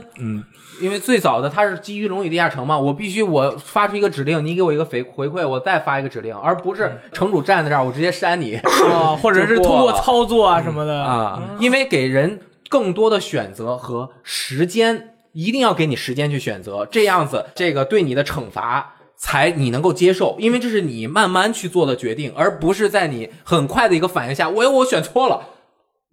因为最早的它是基于《龙与地下城》嘛，我必须我发出一个指令，你给我一个回回馈，我再发一个指令，而不是城主站在这儿我直接删你。啊，或者是通过操作啊什么的，嗯啊，因为给人更多的选择和时间，一定要给你时间去选择，这样子这个对你的惩罚才你能够接受，因为这是你慢慢去做的决定，而不是在你很快的一个反应下，我我选错了。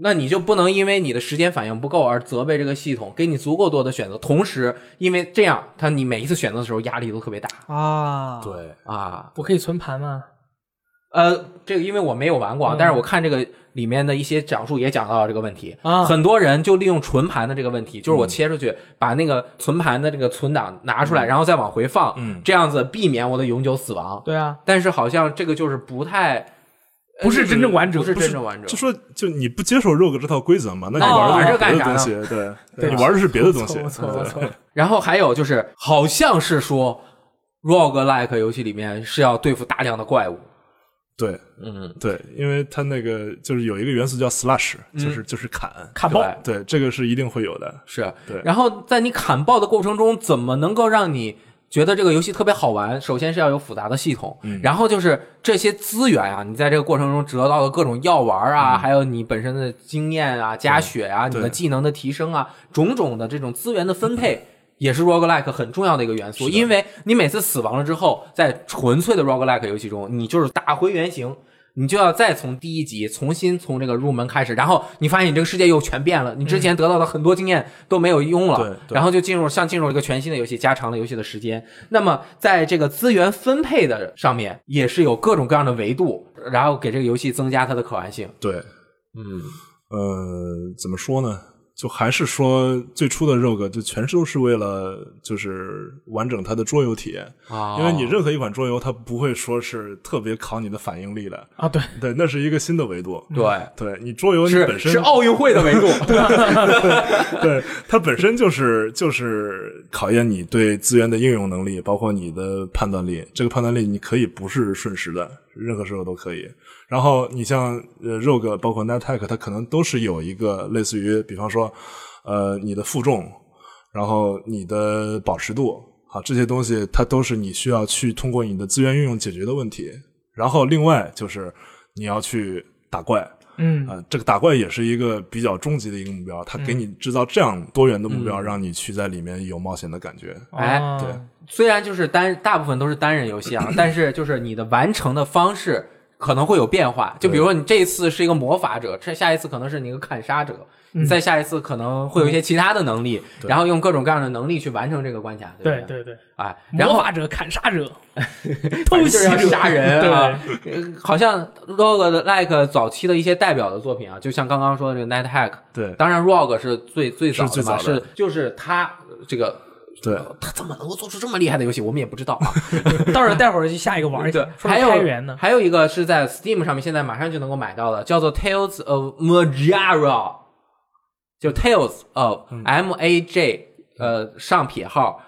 那你就不能因为你的时间反应不够而责备这个系统，给你足够多的选择。同时，因为这样，它你每一次选择的时候压力都特别大啊，，对，啊。我可以存盘吗？呃，这个因为我没有玩过，啊嗯，但是我看这个里面的一些讲述也讲到了这个问题。啊嗯很多人就利用存盘的这个问题，就是我切出去，把那个存盘的这个存档拿出来，然后再往回放，嗯这样子避免我的永久死亡。对啊，但是好像这个就是不太，呃不是真正完整不是不是真正完整，就说就你不接受 Rogue 这套规则嘛，那你那玩玩的哦这是别干的啥东呢西， 对，对你玩的是别的东西，我错对我错，我 错然后还有就是，好像是说 rogue like 游戏里面是要对付大量的怪物，对嗯，对，因为它那个就是有一个元素叫 slash，就是嗯就是砍，砍爆对对，这个是一定会有的，是。啊对然后在你砍爆的过程中，怎么能够让你觉得这个游戏特别好玩？首先是要有复杂的系统，嗯然后就是这些资源啊，你在这个过程中得到的各种药丸啊，还有你本身的经验啊、加血啊、你嗯对的技能的提升啊，种种的这种资源的分 配。也是 roguelike 很重要的一个元素，因为你每次死亡了之后，在纯粹的 roguelike 游戏中，你就是打回原形，你就要再从第一集重新从这个入门开始，然后你发现你这个世界又全变了，你之前得到的很多经验都没有用了，对对然后就进入像进入一个全新的游戏，加长了游戏的时间。那么在这个资源分配的上面，也是有各种各样的维度，然后给这个游戏增加它的可玩性。对，嗯，呃，怎么说呢？就还是说最初的 Rogue 就全都是为了就是完整它的桌游体验，啊、因为你任何一款桌游它不会说是特别考你的反应力的，啊，对，对，那是一个新的维度。对对你桌游你本是身是奥运会的维度， 对它本身就是就是考验你对资源的应用能力，包括你的判断力。这个判断力你可以不是瞬时的，任何时候都可以。然后你像呃 Rogue 包括 NetHack，它可能都是有一个类似于，比方说呃你的负重，然后你的保持度啊这些东西，它都是你需要去通过你的资源运用解决的问题。然后另外就是你要去打怪，嗯，啊、这个打怪也是一个比较终极的一个目标，它给你制造这样多元的目标，让你去在里面有冒险的感觉。哎哦对虽然就是单大部分都是单人游戏啊，但是就是你的完成的方式可能会有变化。就比如说你这一次是一个魔法者，这下一次可能是你一个砍杀者，你再下一次可能会有一些其他的能力，然后用各种各样的能力去完成这个关卡，对对不对对？对，哎，然魔后法者、砍杀 者、反偷正就袭是要者、杀人啊对，呃好像 Rogue Like 早期的一些代表的作品啊，就像刚刚说的这个 Night Hack，对当然 Rogue 是最最早的嘛，是最早的是就是他呃这个呃对，他怎么能够做出这么厉害的游戏，我们也不知道啊。到时候待会儿去下一个玩一下对，，说还到有开源呢，还有一个是在 Steam 上面现在马上就能够买到的，叫做 Tales of Majara，就 Tales of M A J、呃上撇号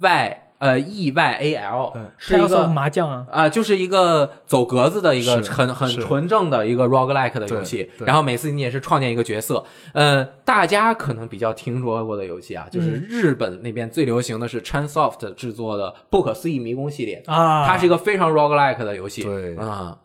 Y 呃 E Y A L 嗯还是一要送个。麻将啊，啊、就是一个走格子的一个是很很是纯正的一个 roguelike 的游对戏，对然后每次你也是创建一个角色。呃，大家可能比较听说过的游戏啊，就是日本那边最流行的是 Chansoft 制作的《不可思议迷宫》系列，啊，它是一个非常 roguelike 的游戏。对啊、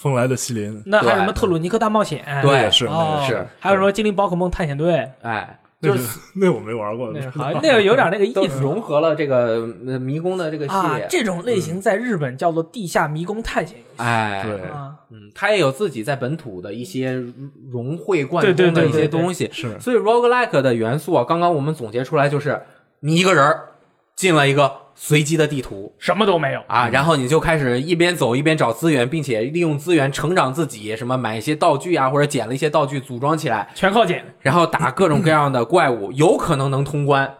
风来的西林，那还有对什么特鲁尼克大冒险，对那也是，那嗯哦也是还有什么精灵宝可梦探险队，哎，那就是是 那我没玩过，那是 好，那个有点那个意都思。融合了这个呃迷宫的这嗯个系啊列，，这种类型在日本叫做地下迷宫探险游戏哎，对啊，嗯，它也有自己在本土的一些融会贯通对对的对一些东西，是所以 roguelike 的元素啊，刚刚我们总结出来就是你一个人儿进了一个随机的地图。什么都没有，啊，然后你就开始一边走一边找资源，并且利用资源成长自己，什么买一些道具啊，或者捡了一些道具组装起来，全靠捡，然后打各种各样的怪物，有可能能通关，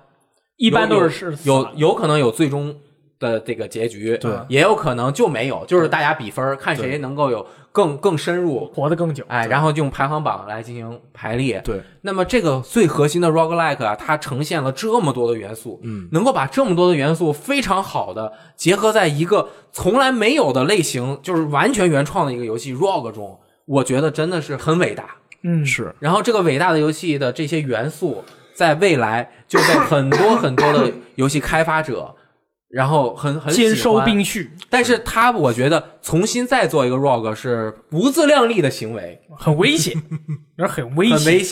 一般都有是是死有了有可能有最终的这个结局，对也有可能就没有，就是大家比分儿，看谁能够有更更深入，活得更久。哎，然后用排行榜来进行排列。对，那么这个最核心的 roguelike 啊，它呈现了这么多的元素，嗯，能够把这么多的元素非常好的结合在一个从来没有的类型，就是完全原创的一个游戏 rogue 中，我觉得真的是很伟大。嗯，是然后这个伟大的游戏的这些元素，在未来就被很多很多的游戏开发者， 然后很很喜兼欢收并蓄，但是他我觉得重新再做一个 ROG 是不自量力的行为，很危 险，有点很危很险。嗯危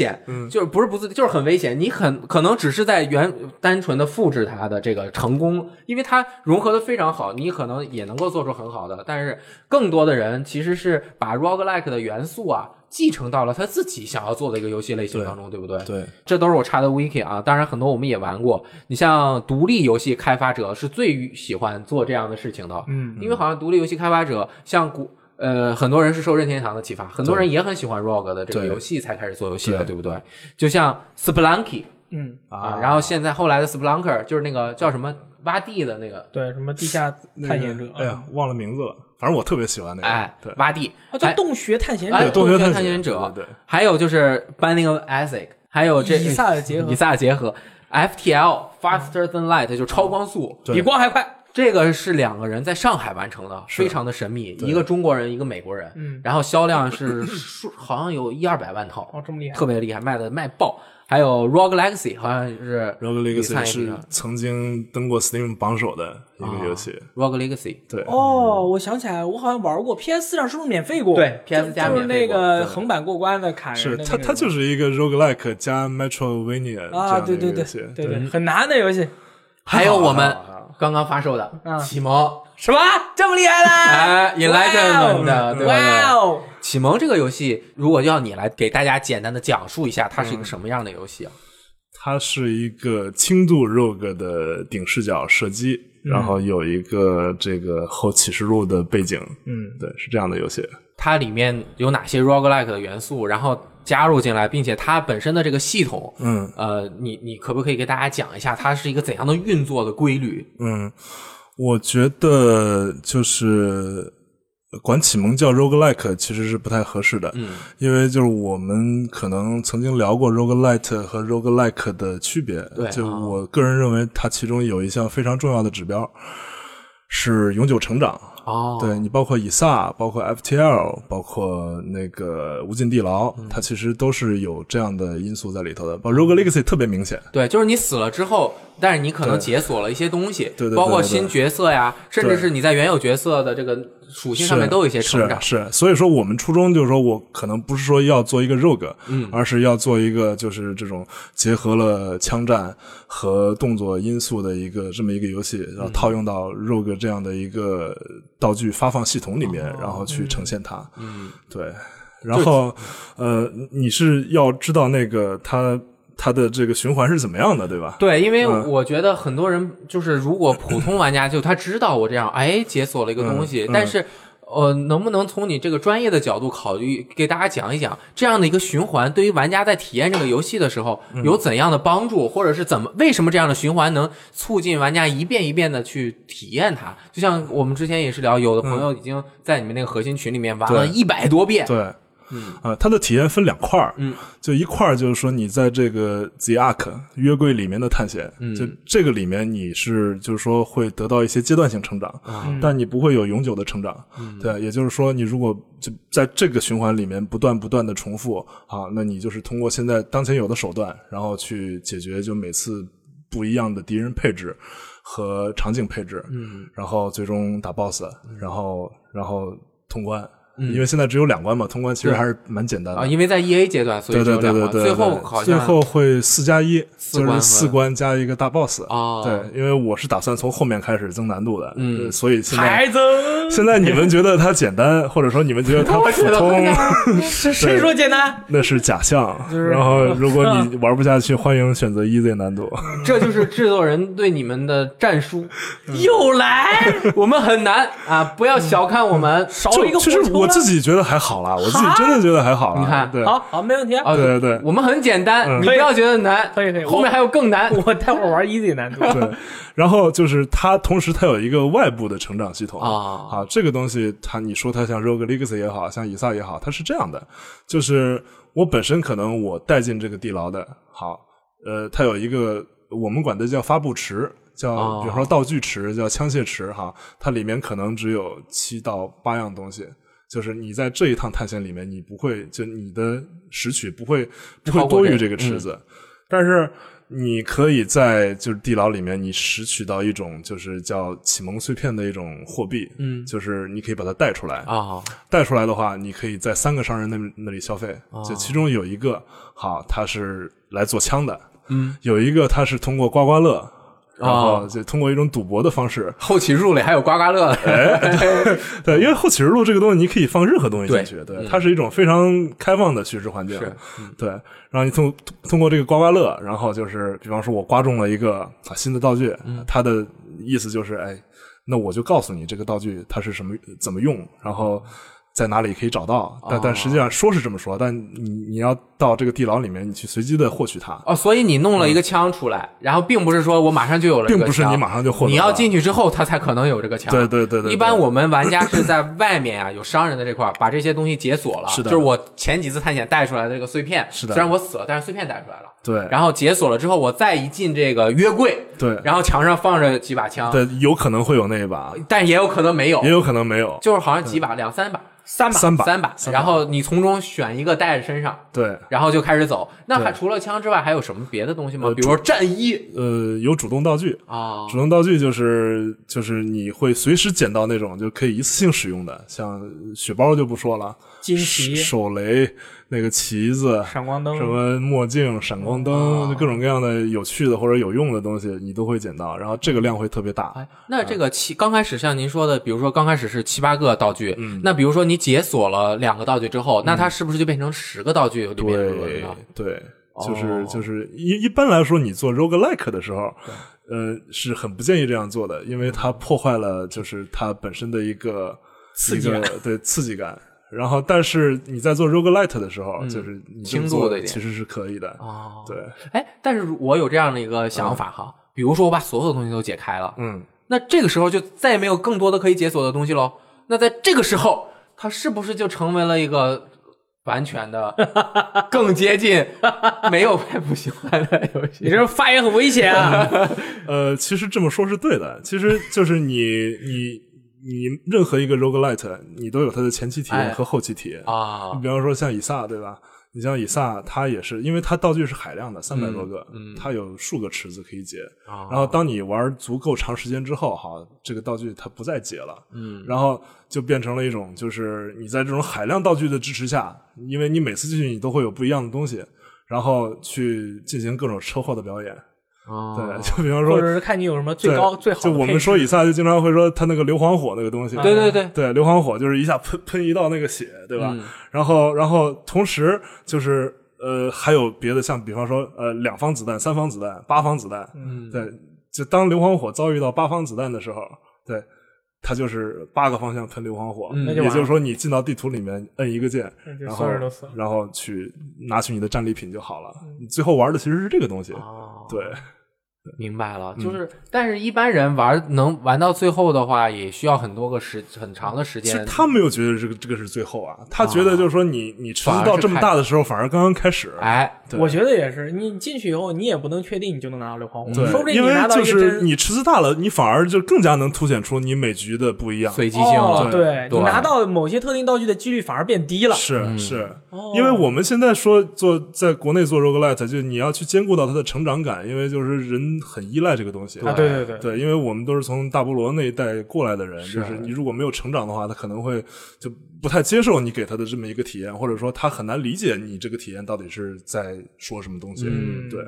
险，就是不是不自，就是很危险。你很可能只是在原单纯的复制它的这个成功，因为它融合的非常好，你可能也能够做出很好的。但是更多的人其实是把 roguelike 的元素啊继承到了他自己想要做的一个游戏类型当中，对不对？对，这都是我查的 wiki 啊。当然，很多我们也玩过。你像独立游戏开发者是最喜欢做这样的事情的，嗯，因为好像独立游戏开发者像古。呃，很多人是受任天堂的启发，很多人也很喜欢 ROG 的这个对游戏才开始做游戏的，对对不对？就像 Spelunky 嗯，啊，然后现在后来的 Spelunker 就是那个叫什么挖地的那个，对，什么地下探险者，哎呀，忘了名字了，反正我特别喜欢那个，哎对，，挖地，啊，叫哎洞穴探险哎者，洞洞穴穴探探险险者对对还有就是 Binding of Isaac，还有这以萨的结合以，萨结合 FTL Faster Than Light 就超光速，嗯对比光还快。 这个是两个人在上海完成的，是非常的神秘，一个中国人，一个美国人，嗯然后销量是数好像 有一二百万套，哦，这么厉害特！别厉害，卖的卖爆。还有 ROG Legacy 好像是 Rogue 比赛 Legacy 也比是较曾经登过 Steam 榜首的一啊个游戏， ROG Legacy，对，哦，我想起来，我好像玩过 PS 上是不是免费过？对，PS 加就是免那费过个对横版过关的砍人是的它，那它个就是一个 roguelike 加 Metrovania 啊，这对对样的一个对游戏，对对，很难的游戏。还有 我们好好啊好刚刚发售的嗯《启蒙》什么这么厉害啦？哎，Enlightenment 的，对吧？哇哦！启蒙这个游戏，如果要你来给大家简单的讲述一下，它是一个什么样的游戏啊？它是一个轻度 rogue 的顶视角射击，然后有一个这个后启示录的背景，嗯，对，是这样的游戏。它里面有哪些 roguelike 的元素，然后加入进来，并且它本身的这个系统，嗯呃，你你可不可以给大家讲一下，它是一个怎样的运作的规律？嗯，我觉得就是呃管启蒙叫 roguelike 其实是不太合适的，嗯，因为就是我们可能曾经聊过 roguelite 和 roguelike 的区别，对就啊我个人认为它其中有一项非常重要的指标是永久成长。哦，对你包括以萨，包括 FTL，包括那个无尽地牢，它其实都是有这样的因素在里头的。包括 Rogue Legacy 特别明显，对，就是你死了之后，但是你可能对解锁了一些东西，对对对包括对对新角色呀，甚至对是你在原有角色的这个属性上面是都有一些成长。是是，所以说我们初衷就是说我可能不是说要做一个 rogue，嗯，而是要做一个就是这种结合了枪战和动作因素的一个这么一个游戏，然后嗯套用到 rogue 这样的一个道具发放系统里哦面，然后去呈现它。嗯，对。然后，呃，你是要知道那个它它的这个循环是怎么样的，对吧？对，因为嗯我觉得很多人就是，如果普通玩家就他知道我这样，哎，解锁了一个东西，嗯嗯但是。呃，能不能从你这个专业的角度考虑，给大家讲一讲这样的一个循环，对于玩家在体验这个游戏的时候嗯有怎样的帮助，或者是怎么为什么这样的循环能促进玩家一遍一遍的去体验它？就像我们之前也是聊，有的朋友已经在你们那个核心群里面玩了对一百多遍，对，嗯，呃，它的体验分两块儿，嗯，就一块儿就是说你在这个 The Ark 约柜里面的探险，嗯，就这个里面你是就是说会得到一些阶段性成长，嗯但你不会有永久的成长，对，也就是说你如果就在这个循环里面不断不断的重复啊，那你就是通过现在当前有的手段，然后去解决就每次不一样的敌人配置和场景配置，嗯，然后最终打 BOSS，然后然后通关。因为现在只有两关嘛，通关其实嗯对还是蛮简单的啊，。因为在 E A 阶段，所以对只对有对两关，对对，最后对好像最后会四加一，四就关是是四关加一个大 boss 哦对，因为我是打算从后面开始增难度的，嗯对所以现在台增，现在你们觉得它简单，或者说你们觉得它普通， 是谁说简单？那是假象。是然后如果嗯你玩不下去，欢迎选择 easy 难度。这就是制作人对你们的战书，嗯又来， 我们很难啊！不要小看我们，少就一个其火实球了我自己觉得还好啦，我自己哈真的觉得还好啦。你看对，好好，没问题。啊，对对对我们很简单，嗯你不要觉得难，可以可以后面还有更难。我待会儿玩 easy 难 度。对，然后就是它，同时它有一个外部的成长系统啊啊，这个东西它你说它像 Rogue Legacy 也好像以撒也好，它是这样的，就是我本身可能我带进这个地牢的，好，呃，它有一个我们管它叫发布池。哦叫，比如说道具池，叫枪械池，哈，它里面可能只有七到八样东西，就是你在这一趟探险里面，你不会就你的拾取不会超不会过多这于个嗯这个池子，但是你可以在就是地牢里面，你拾取到一种就是叫启蒙碎片的一种货币，嗯就是你可以把它带出来，啊，带出来的话，你可以在三个商人那那里消费，哦就其中有一个好，他是来做枪的，嗯，哦有一个他是通过刮刮乐。然后就通过一种赌博的方式，后起入里还有刮刮乐的，哎 对，因为后启示录这个东西，你可以放任何东西进去，对，它是一种非常开放的叙事环境是，对。然后你通通过这个刮刮乐，然后就是，比方说我刮中了一个啊新的道具，它的意思就是，哎，那我就告诉你这个道具它是什么怎么用，然后。在哪里可以找到？但但实际上说是这么说，但你你要到这个地牢里面，你去随机的获取它， 哦，所以你弄了一个枪出来，然后并不是说我马上就有了这个并枪，不是你马上就获得了。你要进去之后，他才可能有这个枪。对对对对对一般我们玩家是在外面啊，有商人的这块儿把这些东西解锁了，是的就是我前几次探险带出来的这个碎片，是的虽然我死了，但是碎片带出来了。对，然后解锁了之后，我再一进这个约柜，对然后墙上放着几把枪，对，有可能会有那一把，但也有可能没有也，有可能没有，就是好像几把，两哦三把，三把三把，三把，然后你从中选一个带在身上，对，然后就开始走。那还对除了枪之外，还有什么别的东西吗呃？比如说战衣呃，有主动道具，啊，主动道具就是就是你会随时捡到那种就可以一次性使用的，像雪包就不说了，金手旗、手雷、那个旗子、闪光灯哦什么墨镜、闪光灯，各种各样的有趣的或者有用的东西，你都会捡到。然后这个量会特别大，哎，那这个七刚开始像您说的，比如说刚开始是七八个道具，那比如说你解锁了两个道具之后，那它是不是就变成十个道具里面的轮对了？对，哦就是就是一一般来说，你做 roguelike 的时候，呃，是很不建议这样做的，因为它破坏了就是它本身的 一个刺激感一个对刺激感。然后，但是你在做 roguelite 的时候，就是你这么嗯轻度做的一点其实是可以的。哦，对，哎，但是我有这样的一个想法哈，比如说我把所有的东西都解开了，嗯，那这个时候就再也没有更多的可以解锁的东西喽。那在这个时候，它是不是就成为了一个完全的、更接近没有外部循环的游戏？ 你这个发言很危险啊！呃，其实这么说是对的。其实就是你你你任何一个 roguelite，你都有它的前期体验哎和后期体验。啊你，比方说像以撒，对吧？你像以撒，他也是，因为他道具是海量的，三百多个，他有数个池子可以解。然后当你玩足够长时间之后，哈，这个道具它不再解了，嗯，然后就变成了一种，就是你在这种海量道具的支持下，因为你每次进去你都会有不一样的东西，然后去进行各种车祸的表演。哦对，就比方或说者是看你有什么最高对最好的就配置。我们说以撒，就经常会说他那个硫磺火那个东西，对对嗯对，对，硫磺火就是一下喷 喷一道那个血，对吧？然后，然后同时就是呃，还有别的，像比方说呃，两方子弹、三方子弹、八方子弹，嗯，对，就当硫磺火遭遇到八方子弹的时候，对，它就是八个方向喷硫磺火，嗯那就也完了就是说你进到地图里面摁一个键，嗯就然所后有人都死了然后去拿取你的战利品就好了。你最后玩的其实是这个东西，哦对，嗯明白了，就是，但是一般人玩能玩到最后的话，也需要很多个时很长的时其实间。他没有觉得这个这个是最后啊，他觉得就是说你你池反而子到是这么开大的时候，反而刚刚开始，哎，对我觉得也是，你进去以后，你也不能确定你就能拿到硫磺嗯红，对，说不定因你为拿到就一个是真哦你池子大了，你反而就更加能凸显出你每局的不一样。随机性哦了，，对对你拿到某些特定道具的几率反而变低了。哦是嗯是，因为我们现在说做在国内做 roguelite，就你要去兼顾到它的成长感，因为就是人很依赖这个东西。啊，对对对，对，因为我们都是从大菠萝那一代过来的人，就是你如果没有成长的话，他可能会就不太接受你给他的这么一个体验，或者说他很难理解你这个体验到底是在说什么东西。嗯，对，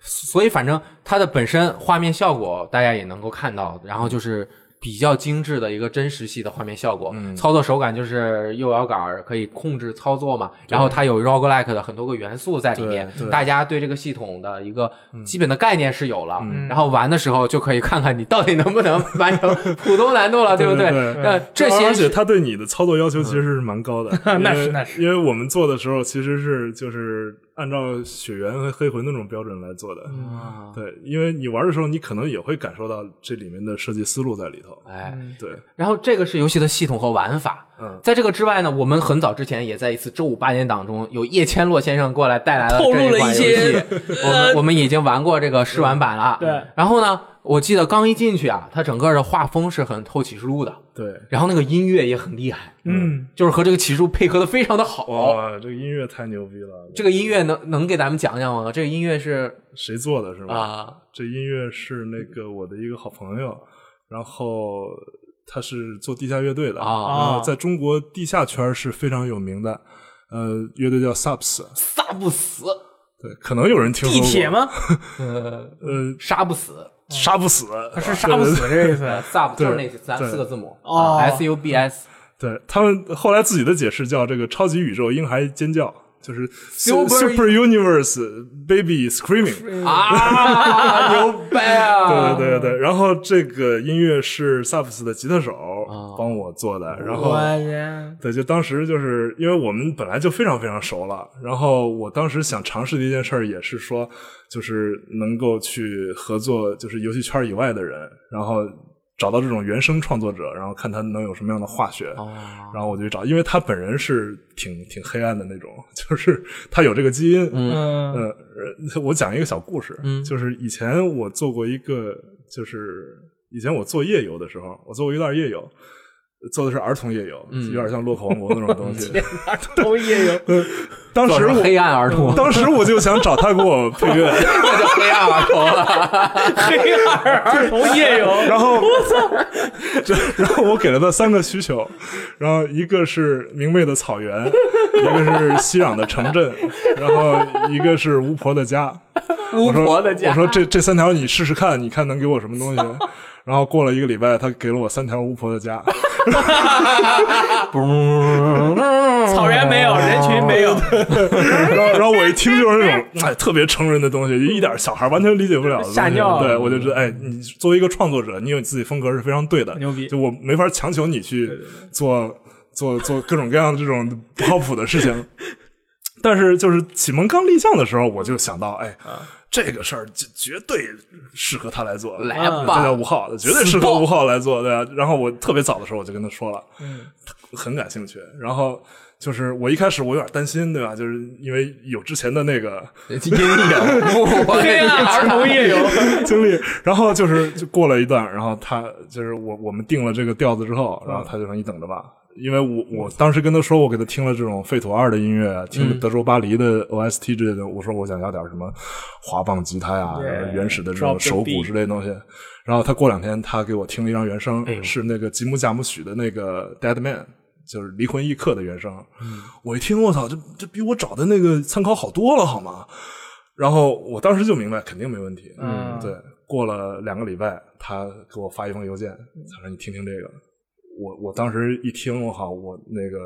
所以反正它的本身画面效果大家也能够看到，然后就是比较精致的一个真实系的画面效果，嗯操作手感就是右摇杆儿可以控制操作嘛，然后它有 roguelike 的很多个元素在里面对，对嗯大家对这个系统的一个基本的概念是有了，然后玩的时候就可以看看你到底能不能完成 普通难度了，对不对对对那这些而且是他对你的操作要求其实是蛮高的，因为那是那是因为我们做的时候其实是就是按照血缘和黑魂那种标准来做的，啊对，因为你玩的时候你可能也会感受到这里面的设计思路在里头，哎，对，然后这个是游戏的系统和玩法。嗯，在这个之外呢，我们很早之前也在一次周五八点档中，有叶千洛先生过来带来了透这露了款游一戏些。 我们我们已经玩过这个试玩版了。嗯对。然后呢，我记得刚一进去啊，它整个的画风是很透启示录的，对，然后那个音乐也很厉害，嗯，就是和这个启示录配合的非常的好。哦哇，这个音乐太牛逼了，这个音乐能能给咱们讲讲吗？这个音乐是谁做的是吧？啊这音乐是那个我的一个好朋友，然后他是做地下乐队的啊然后在中国地下圈是非常有名的，呃，乐队叫 Subs，杀不死，对，可能有人听说地过铁吗？呃，嗯杀不死杀不死，嗯是杀不死这意 思。 sub 就是对那三对四个字母啊哦，S U B S 对他们后来自己的解释叫这个超级宇宙婴孩尖叫，就是 Super- Super Universe Baby Screaming。啊，牛掰啊！对对对对，然后这个音乐是萨普斯的吉他手帮我做的，然后我天，对，就当时就是因为我们本来就非常非常熟了，然后我当时想尝试的一件事儿也是说，就是能够去合作，就是游戏圈以外的人，然后找到这种原生创作者，然后看他能有什么样的化学。哦然后我就去找，因为他本人是挺挺黑暗的那种， 就是他有这个基因。嗯嗯，呃，呃我讲一个小故事，嗯就是以前我做过一个，就是以前我做夜游的时候，我做过一段夜游，做的是儿童夜游，嗯有点像洛克王国那种东西。 都也有，当造时成我黑暗儿童，当时我就想找他给我配乐，那就黑暗儿童了。黑儿儿童夜游，然后 这然后我给了他三个需求，然后一个是明媚的草原，一个是熙攘的城镇，然后一个是巫婆的家。巫我说婆的家，我说这这三条你试试看，你看能给我什么东西？ 然后过了一个礼拜，他给了我三条巫婆的家，嗯草原没有，人群没有， 然后然后我一听就是那 种哎特别成人的东西，就一点小孩完全理解不了的东西。吓尿了对，我就觉得哎，你作为一个创作者，你有你自己风格是非常对的，牛逼就我没法强求你去做做做各种各样的这种不靠谱的事情。但是就是启蒙刚立项的时候，我就想到，哎，啊这个事儿就绝对适合他来做，来嗯这叫吧，吴昊，绝对适合吴昊来做，对啊。然后我特别早的时候我就跟他说了，嗯，很感兴趣。然后就是我一开始我有点担心，对吧？就是因为有之前的那个阴影，巫婆黑的暗 家，儿童夜游，经历，然后就是就过了一段，然后他就是我我们定了这个调子之后，然后他就说你等着吧。因为我我当时跟他说，我给他听了这种废土二的音乐，听了德州巴黎的 OST 之类的，我说我想要点什么滑棒吉他呀、 Yeah，然后原始的这 drop 种 the 手鼓 beat 之类的东西。然后他过两天，他给我听了一张原声，哎呦是那个吉姆贾姆许的那个《Dead Man》，就是《离魂异客》的原声。我一听，我操，这这比我找的那个参考好多了，好吗？然后我当时就明白，肯定没问题。嗯对。过了两个礼拜，他给我发一封邮件，他说：“你听听这个。”我我当时一听，我好，我那个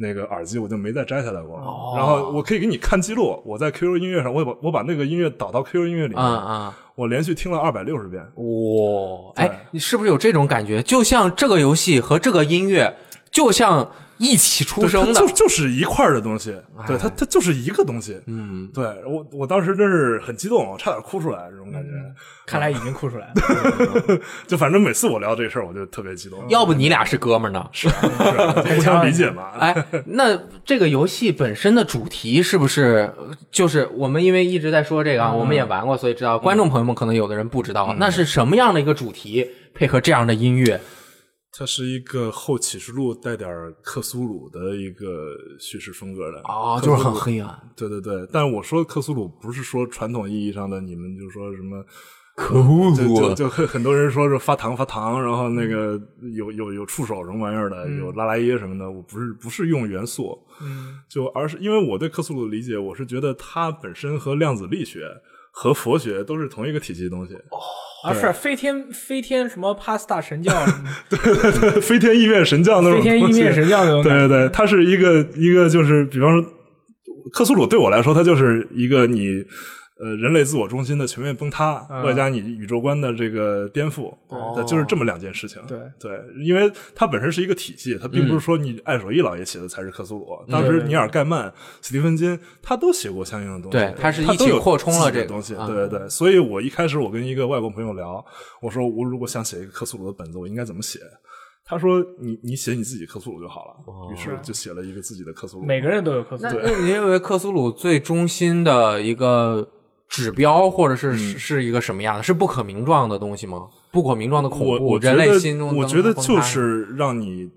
那个耳机我就没再摘下来过。哦然后我可以给你看记录，我在 QQ 音乐上，我也把我把那个音乐导到 QQ 音乐里面，啊啊！我连续听了二百六十遍。哇，哎，你是不是有这种感觉？就像这个游戏和这个音乐，就像一起出对它生的哎就，就是一块儿的东西，对它它就是一个东西。嗯，对我我当时真是很激动，差点哭出来这种感觉。 嗯看来已经哭出来了，就反正每次我聊这事儿，我就特别激动。要不你俩是哥们儿呢？是啊是啊 互相理解嘛。哎，那这个游戏本身的主题是不是呃就是我们因为一直在说这个啊，我们也玩过，所以知道。观众朋友们可能有的人不知道，那是什么样的一个主题配合这样的音乐？它是一个后启示录带点儿克苏鲁的一个叙事风格的哦，克苏就鲁是很黑暗。对对对，但是我说克苏鲁不是说传统意义上的你们就说什么。可恶就就就很很多人说是发糖发糖，然后那个有有有触手什么玩意儿的，有拉拉耶什么的，我不是不是用元素，嗯，就而是因为我对克苏鲁的理解，我是觉得它本身和量子力学和佛学都是同一个体系的东西， 啊是飞天飞天什么 pasta 神 教，飞天意面神教那种飞天意东西面神教那种感觉，对对对，它是一个一个就是，比方说，克苏鲁对我来说，它就是一个你呃人类自我中心的全面崩塌，嗯哦外加你宇宙观的这个颠覆，对就是这么两件事情。对对，因为它本身是一个体系，它并不是说你艾索伊老爷写的才是克苏鲁，当嗯对时对尼尔盖曼、史蒂芬金他都写过相应的东西，对它是一都起有扩充了自己的这个东西，啊对对对。所以我一开始我跟一个外国朋友聊，我说我如果想写一个克苏鲁的本子，我应该怎么写？他说你你写你自己克苏鲁就好了，哦于是就写了一个自己的克苏鲁。每个人都有克苏那鲁，那你认为克苏鲁最中心的一个指标，或者是、嗯是是一个什么样的？是不可名状的东西吗？不可名状的恐我怖，我觉人类得心中我灯觉得崩就塌是让你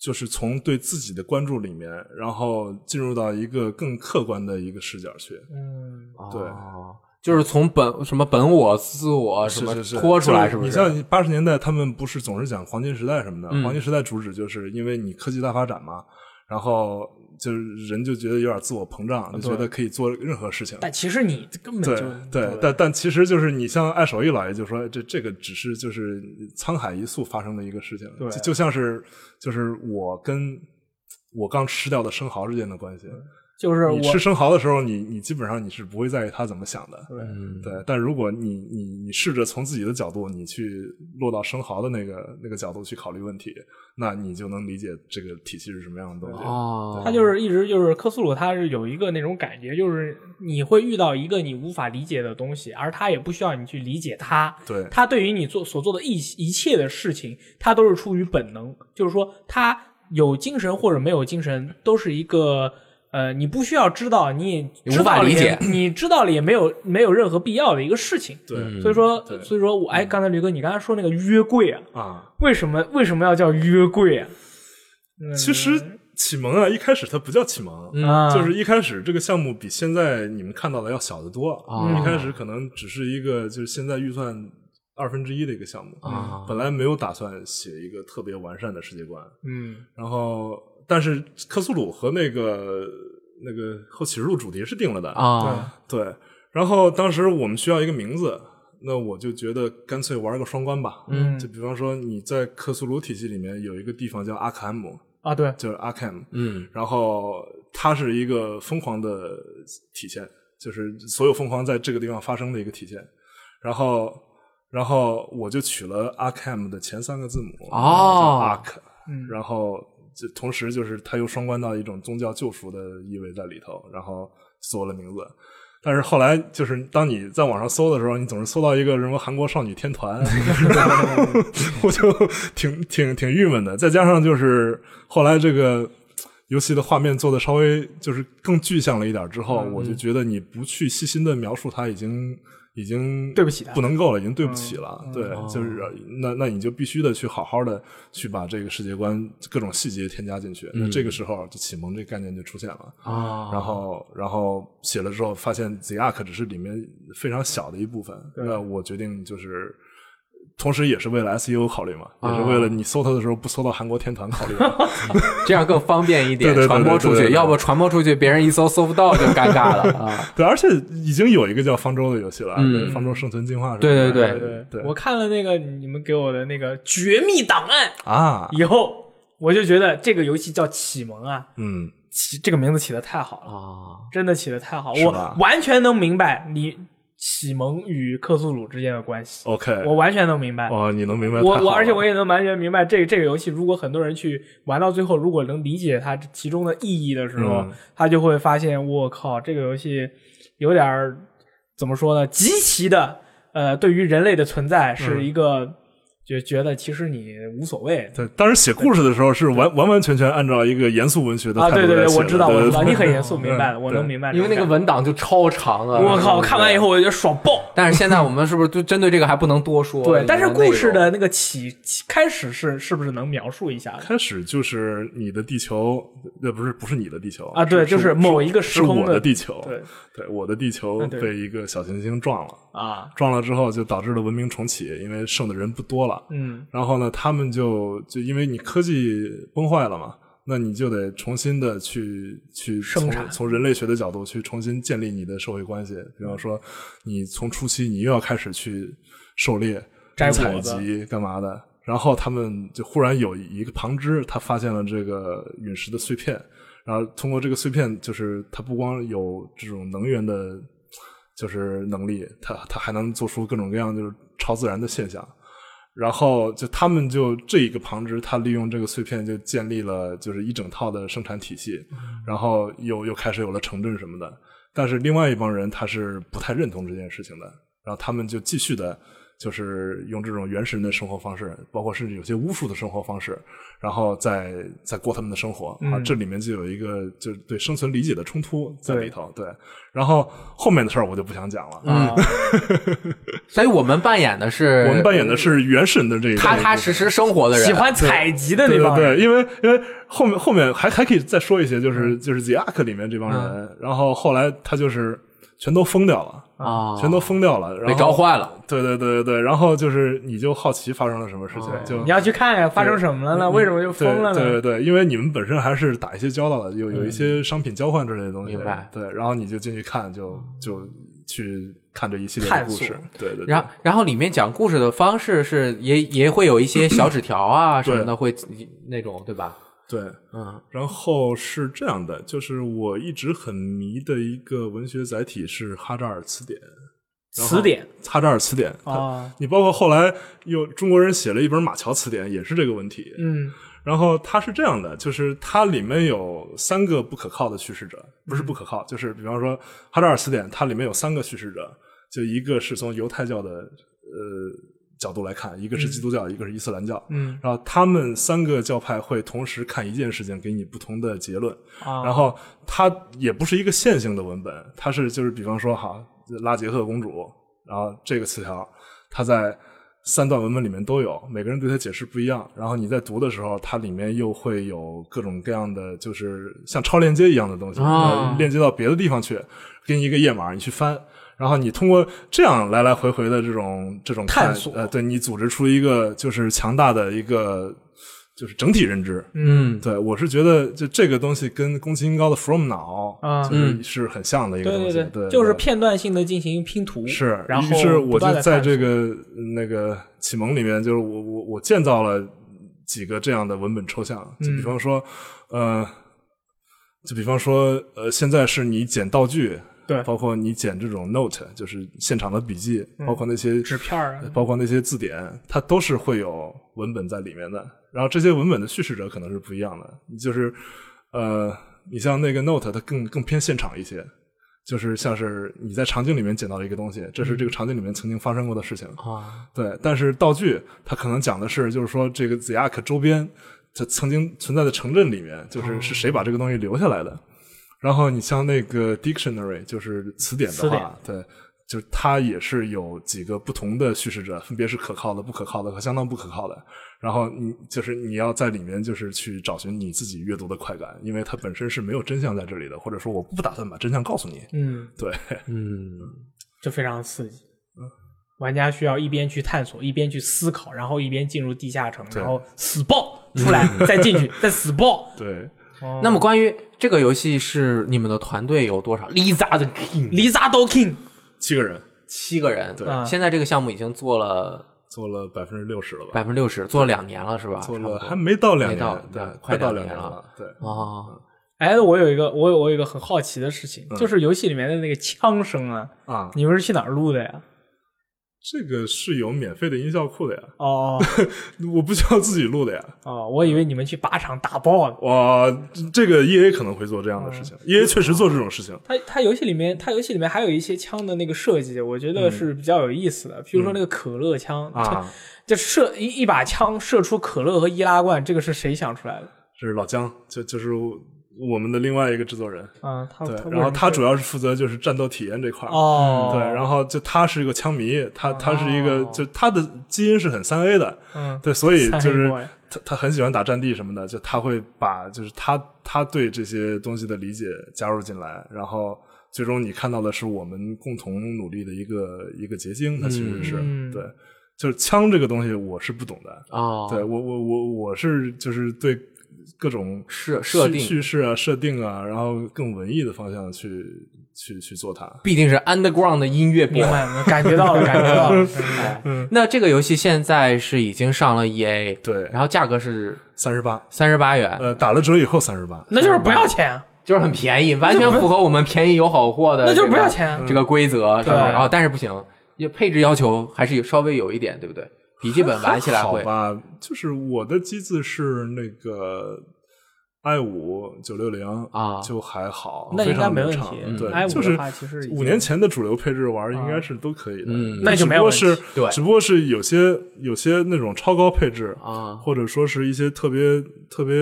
就是从对自己的关注里面，然后进入到一个更客观的一个视角去。嗯，对哦就是从本什么本我、自我什么是是是拖出来，就是不你是？像八十年代，他们不是总是讲黄金时代什么的？嗯黄金时代主旨就是因为你科技大发展嘛，然后就是人就觉得有点自我膨胀，啊就觉得可以做任何事情。但其实你根本对就对，但但其实就是你像爱手艺老爷就说，这这个只是就是沧海一粟发生的一个事情，对就就像是就是我跟我刚吃掉的生蚝之间的关系。就是我你吃生蚝的时候，你你基本上你是不会在意他怎么想的，对嗯，对。但如果你你你试着从自己的角度，你去落到生蚝的那个那个角度去考虑问题，那你就能理解这个体系是什么样的东西。哦，他就是一直就是科苏鲁，他是有一个那种感觉，就是你会遇到一个你无法理解的东西，而他也不需要你去理解他。对他对于你做所做的一一切的事情，他都是出于本能，就是说他有精神或者没有精神，都是一个呃，你不需要知道，你也知无法道了也理解你知道了也没有没有任何必要的一个事情。对嗯所以说，对所以说我哎，刚才驴哥，你刚才说那个约柜啊，啊，为什么为什么要叫约柜啊？其实启蒙啊，一开始它不叫启蒙，啊，就是一开始这个项目比现在你们看到的要小得多。哦一开始可能只是一个就是现在预算二分之一的一个项目，啊本来没有打算写一个特别完善的世界观。嗯。然后，但是克苏鲁和那个那个后启示录主题是定了的，啊，对。然后当时我们需要一个名字，那我就觉得干脆玩个双关吧。嗯就比方说你在克苏鲁体系里面有一个地方叫阿卡姆，啊，对，就是阿卡姆，嗯然后它是一个疯狂的体现，就是所有疯狂在这个地方发生的一个体现。然后，然后我就取了 Arkham 的前三个字母哦，Ark，嗯然后就同时就是它又双关到一种宗教救赎的意味在里头，然后做了名字。但是后来就是当你在网上搜的时候，你总是搜到一个什么韩国少女 天团，我就挺挺挺郁闷的。再加上就是后来这个游戏的画面做的稍微就是更具象了一点之后，嗯我就觉得你不去细心的描述它，已经已经对不起它不能够了，已经对不起了。嗯对，哦就是呃那那你就必须的去好好的去把这个世界观各种细节添加进去。嗯那这个时候就启蒙这个概念就出现了。哦啊，然后，然后写了之后，发现 The Ark 只是里面非常小的一部分。那我决定就是，同时也是为了 SEO 考虑嘛，啊也是为了你搜它的时候不搜到韩国天团考虑嘛。 这样更方便一点，对对对传播出对对去，对要不传播出去，别人一搜搜不到就尴尬了啊。对，而且已经有一个叫方舟的游戏了，嗯对方舟生存进化什么对的。对对对我看了那个你们给我的那个《绝密档案啊》， 以后，我就觉得这个游戏叫启蒙啊，嗯，起这个名字起的太好了，啊，真的起的太好，是我吧完全能明白你启蒙与克苏鲁之间的关系， OK，我完全能明白。哦，你能明白？我太好我，而且了我也能完全明白这这个游戏，如果很多人去玩到最后，如果能理解它其中的意义的时候，嗯他就会发现，我靠，这个游戏有点儿怎么说呢？极其的呃，对于人类的存在是一个、就觉得其实你无所谓。对，当时写故事的时候是完完完全全按照一个严肃文学的啊，态度对对来对，写我的知道，我知道，对你 很严肃，明白了，嗯我对能明白这啊因种感为觉。那个文档就超长啊。我靠，看完以后我就觉得爽爆。但是现在我们是不是就针对这个还不能多说？对，但是因为内故容事的那个起起开始是是不是能描述一下的开始就是你的地球，呃，不是不是你的地球啊？对，就是某一个时是空我的地球，对对，我的地球嗯对被一个小行星撞了，啊，撞了之后就导致了文明重启，因为剩的人不多了。嗯然后呢，他们就就因为你科技崩坏了嘛，那你就得重新的去去生从产从人类学的角度去重新建立你的社会关系。比方说，你从初期你又要开始去狩猎、摘采果子集干嘛的，然后他们就忽然有一个旁支，他发现了这个陨石的碎片，然后通过这个碎片，就是它不光有这种能源的，就是能力，它它还能做出各种各样就是超自然的现象。然后就他们就这一个旁支，他利用这个碎片就建立了就是一整套的生产体系，然后又又开始有了城镇什么的。但是另外一帮人他是不太认同这件事情的，然后他们就继续的，就是用这种原始人的生活方式，包括甚至有些巫术的生活方式，然后再再过他们的生活、啊。嗯这里面就有一个就是对生存理解的冲突在对里头，对。然后后面的事儿我就不想讲了。啊，所以我们扮演的是我们扮演的是原始人的这一踏这一踏部分实实生活的人，喜欢采集的那对帮人。嗯对对，因为因为后面后面还还可以再说一些，就是就是 The Ark 里面这帮人，然后后来他就是全都封掉了，哦啊，全都封掉了，然被后着坏了。对对对对对，然后就是你就好奇发生了什么事情，哦就你要去看呀，发生什么了呢？为什么就嗯对封了对呢？嗯对对，因为你们本身还是打一些交道的，有有一些商品交换之类的东西，明白对，然后你就进去看，就就去看这一系列的探故索事，对对对。然后，然后里面讲故事的方式是也也会有一些小纸条啊什么的，会那种对吧？对，嗯，然后是这样的，就是我一直很迷的一个文学载体是哈扎尔词典，词典哈扎尔词典。啊，你包括后来有中国人写了一本马乔词典，也是这个问题。嗯然后它是这样的，就是它里面有三个不可靠的叙事者，不是不可靠，就是比方说哈扎尔词典，它里面有三个叙事者，就一个是从犹太教的呃角度来看，一个是基督教，一个是伊斯兰教。嗯然后他们三个教派会同时看一件事情，给你不同的结论。啊，然后它也不是一个线性的文本，它是就是比方说哈拉杰克公主，然后这个词条，它在三段文本里面都有，每个人对它解释不一样。然后你在读的时候，它里面又会有各种各样的，就是像超链接一样的东西，啊链接到别的地方去，给你一个页码，你去翻。然后你通过这样来来回回的这种这种看探索呃，对你组织出一个就是强大的一个就是整体认知，嗯，对，我是觉得就这个东西跟宫崎英高的 From 脑啊就是是很像的一个对东对西，对对，就是对片段性的进行拼图，是，然于后是我不断就地在探索这个那个启蒙里面，就是我我我建造了几个这样的文本抽象，就比嗯方说，呃，就比方说，呃，现在是你捡道具，对包括你捡这种 note，就是现场的笔记，包括那些嗯呃纸片儿啊包括那些字典，它都是会有文本在里面的。然后这些文本的叙事者可能是不一样的，就是呃，你像那个 note，它更更偏现场一些，就是像是你在场景里面捡到了一个东西，这是嗯这个场景里面曾经发生过的事情。啊，对，但是道具它可能讲的是，就是说这个 Ziak 周边它曾经存在的城镇里面，就是是哦谁把这个东西留下来的。然后你像那个 dictionary，就是词典的词典话，对，就是它也是有几个不同的叙事者，分别是可靠的、不可靠的和相当不可靠的。然后你就是你要在里面就是去找寻你自己阅读的快感，因为它本身是没有真相在这里的，或者说我不打算把真相告诉你。嗯，对，嗯，这非常刺激。玩家需要一边去探索，一边去思考，然后一边进入地下城，对然后死爆出 来，再进去，再死爆。对，那么关于这个游戏是你们的团队有多少？Lisa 的 King Lisa Do King 七个人七个人，对啊现在这个项目已经做了做了百分之六十了吧？百分之六十，做了两年了是吧？差做不多了还没到两没到年，对对，快快到两年年了了，对，哦，哎，我有一个，我有我有一个很好奇的事情，就是游戏里面的那个枪声啊，啊，你们是去哪儿录的呀？这个是有免费的音效库的呀，哦我不需要自己录的呀。 哦，我以为你们去靶场打爆了。哇，这个 E A 可能会做这样的事嗯情，E A 确实做这种事情。它它游戏里面，它游戏里面还有一些枪的那个设计，我觉得是比较有意思的。譬如说那个可乐枪，啊，就射一一把枪射出可乐和易拉罐，这个是谁想出来的？这是老姜，就就是我们的另外一个制作人，啊，他对他，然后他主要要是负责就是战斗体验这块儿，哦，对，然后就他是一个枪迷，他他是一个哦就他的基因是很三 A 的， 嗯，对，所以三就 A 是 boy 他他很喜欢打战地什么的，就他会把就是他他对这些东西的理解加入进来，然后最终你看到的是我们共同努力的一个一个结晶，它其实是、嗯对，就是枪这个东西我是不懂的，哦，对我我我我是就是对各种设叙设定叙事啊设定啊，然后更文艺的方向去去去做它，必定是 underground 的音乐明播。白了，感觉到了，感觉到了，嗯明白 那这个游戏现在是已经上了 EA，对，然后啊价格是三十八，三十八元，呃，打了折以后三十八，那就是不要钱啊，就是很便宜，完全符合我们便宜有好货的、那这就是个不要钱啊。这个规则，是对不是？哦，但是不行，也配置要求还是有稍微有一点，对不对？笔记本玩起来好会吧？就是我的机子是那个 i 五九六零啊就还好，那应该没问非常流题畅对， i5 就是的话其实已经啊五年前的主流配置玩应该是都可以的，嗯那就没只不有问过题是对只不过是有些有些那种超高配置啊，或者说是一些特别特别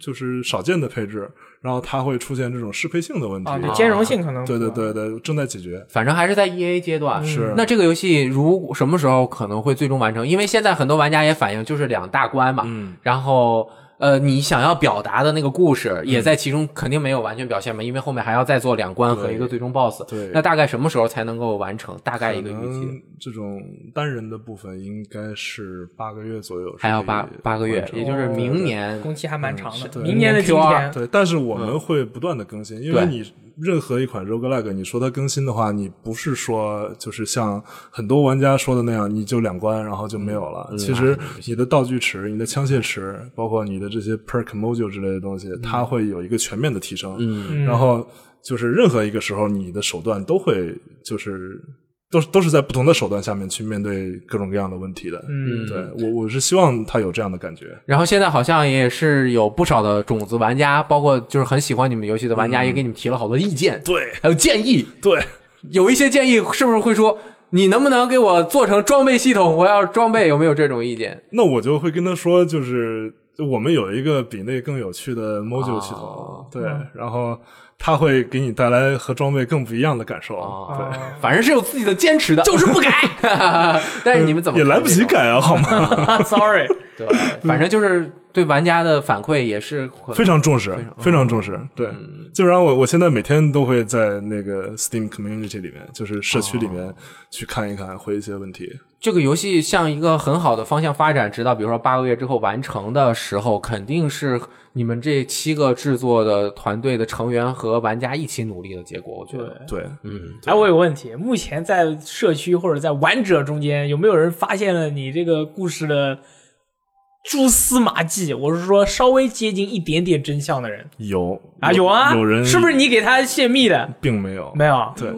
就是少见的配置，然后它会出现这种适配性的问题。啊，对，兼容性可能对对不合对对，正在解决。反正还是在 E A 阶段。是那这个游戏如什么时候可能会最终完成？因为现在很多玩家也反映，就是两大关嘛，嗯然后呃，你想要表达的那个故事也在其中，肯定没有完全表现嘛，因为后面还要再做两关和一个最终 BOSS。对那大概什么时候才能够完成？大概一个预可期，能这种单人的部分应该是八个月左右是可还以完成的，要八八个月，也就是明年。工期还蛮长的，嗯对明年的今明天年对，但是我们会不断的更新，因对为你任何一款 roguelike，你说它更新的话，你不是说就是像很多玩家说的那样，你就两关然后就没有了。嗯其实你的道具池、你的枪械池，包括你的这些 perk module 之类的东西，它会有一个全面的提升。嗯然后就是任何一个时候，你的手段都会就是。都是都是在不同的手段下面去面对各种各样的问题的，嗯对我我是希望它有这样的感觉，然后现在好像也是有不少的种子玩家，包括就是很喜欢你们游戏的玩嗯家，也给你们提了好多意见，对还有建议。对，有一些建议是不是会说，你能不能给我做成装备系统？我要装备，有没有这种意见？那我就会跟他说，就是我们有一个比那更有趣的 module 系统，哦对，然后它会给你带来和装备更不一样的感受，哦对。啊，反正是有自己的坚持的，就是不改。 但是你们怎么也看来不这及种？改啊，好吗？哦 ，sorry，对，反正就是对玩家的反馈也是很非常重视，非常重视。对，基本上我我现在每天都会在那个 Steam Community 里面，就是社区里面去看一看，回一些问题。这个游戏向一个很好的方向发展，直到比如说八个月之后完成的时候，肯定是你们这七个制作的团队的成员和玩家一起努力的结果。我觉对得，。对，嗯，哎，我有个问题，目前在社区或者在玩者中间，有没有人发现了你这个故事的蛛丝马迹？我是说，稍微接近一点点真相的人有啊，有啊，有人是不是你给他泄密的？并没有？没有，对，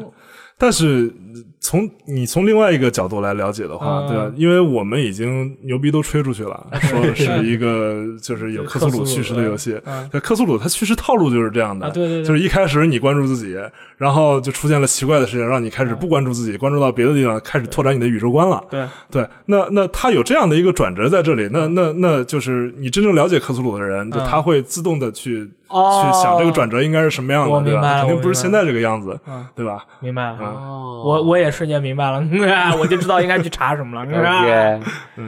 但是从你从另外一个角度来了解的话，嗯啊对吧？因为我们已经牛逼都吹出去了，说是一个就是有克苏鲁叙事的游戏。嗯对，克苏鲁它叙事套路就是这样的，啊对对对就是一开始你关注自己，然后就出现了奇怪的事情，让你开嗯始不关注自己，关注到别的地方，开始拓展你的宇宙观了。对，对，那那他有这样的一个转折在这里，那那那就是你真正了解克苏鲁的人，就嗯他会自动的去、哦去想这个转折应该是什么样我的，对明白吧？了肯定不我明白是现在这个样子，嗯对吧？明白了。哦我我也瞬间明白了， 我就知道应该去查什么了。 也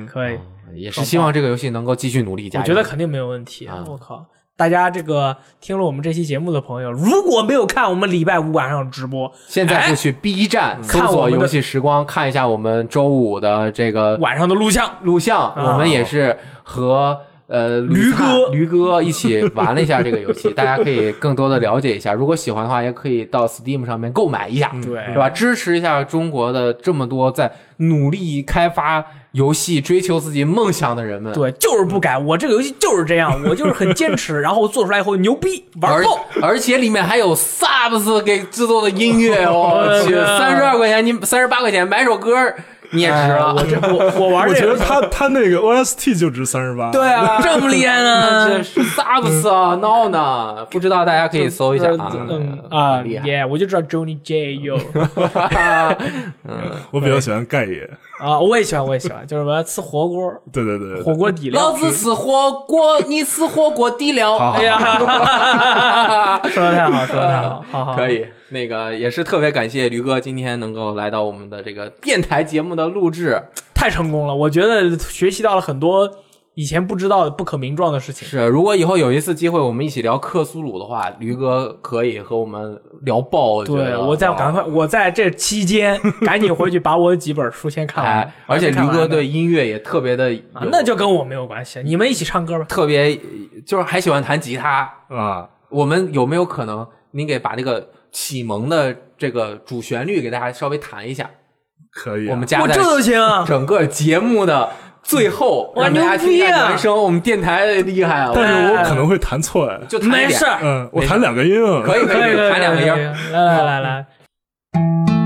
可以，也是希望这个游戏能够继续努力，加我油！觉得肯定没有问题。嗯啊我靠，大家这个听了我们这期节目的朋友，如果没有看我们礼拜五晚上直播， 现在就去 B 站搜哎嗯看我索“们的游戏时光”，看一下我们周五的这个晚上的录像，录像，我们也是和。呃，驴灿哥驴哥一起玩了一下这个游戏，大家可以更多的了解一下。如果喜欢的话，也可以到 Steam 上面购买一下，嗯对是吧？支持一下中国的这么多在努力开发游戏、追求自己梦想的人们。对，就是不改，我这个游戏就是这样，我就是很坚持， 然后做出来以后牛逼，玩而爆。而且里面还有 subs 给制作的音乐， 我去，啊三十二块钱，你三十八块钱买首歌你也值哎了。我这我我玩我这觉个得 他他那个 OST 就值三十八，对啊，这么厉害这呢？是 subs 啊闹呢，不知道大家可以搜一下啊。嗯啊，厉害耶！我就知道 Johnny J 有我比较喜欢盖爷，啊，我也喜欢，我也喜欢，就是我要吃火锅，对对对，火锅底料老局。子吃火锅，你吃火锅底啊料。 哎呀，说的太好，说的太好，好好可。以，那个也是特别感谢驴哥今天能够来到我们的这个电台节目的录制，太成功了，我觉得学习到了很多以前不知道的不可名状的事情。是，如果以后有一次机会，我们一起聊克苏鲁的话，驴哥可以和我们聊爆。我觉对，得我在赶快，我在这期间赶紧回去把我几本书先看完 哎，，而还且没看驴完哥呢对音乐也特别的有，啊，那就跟我没有关系，你们一起唱歌吧。特别就是还喜欢弹吉他。啊，我们有没有可能您给把这个启蒙的这个主旋律给大家稍微弹一下？可以啊，我们加我在这都行啊！整个节目的最后，哇让大家牛听一逼下啊男生，我们电台厉害啊！但是我哎可能会弹错哎，就弹一没点事，儿，嗯，我弹两个音啊，可以可可以以可以，弹两个音可以儿。可以来来来来。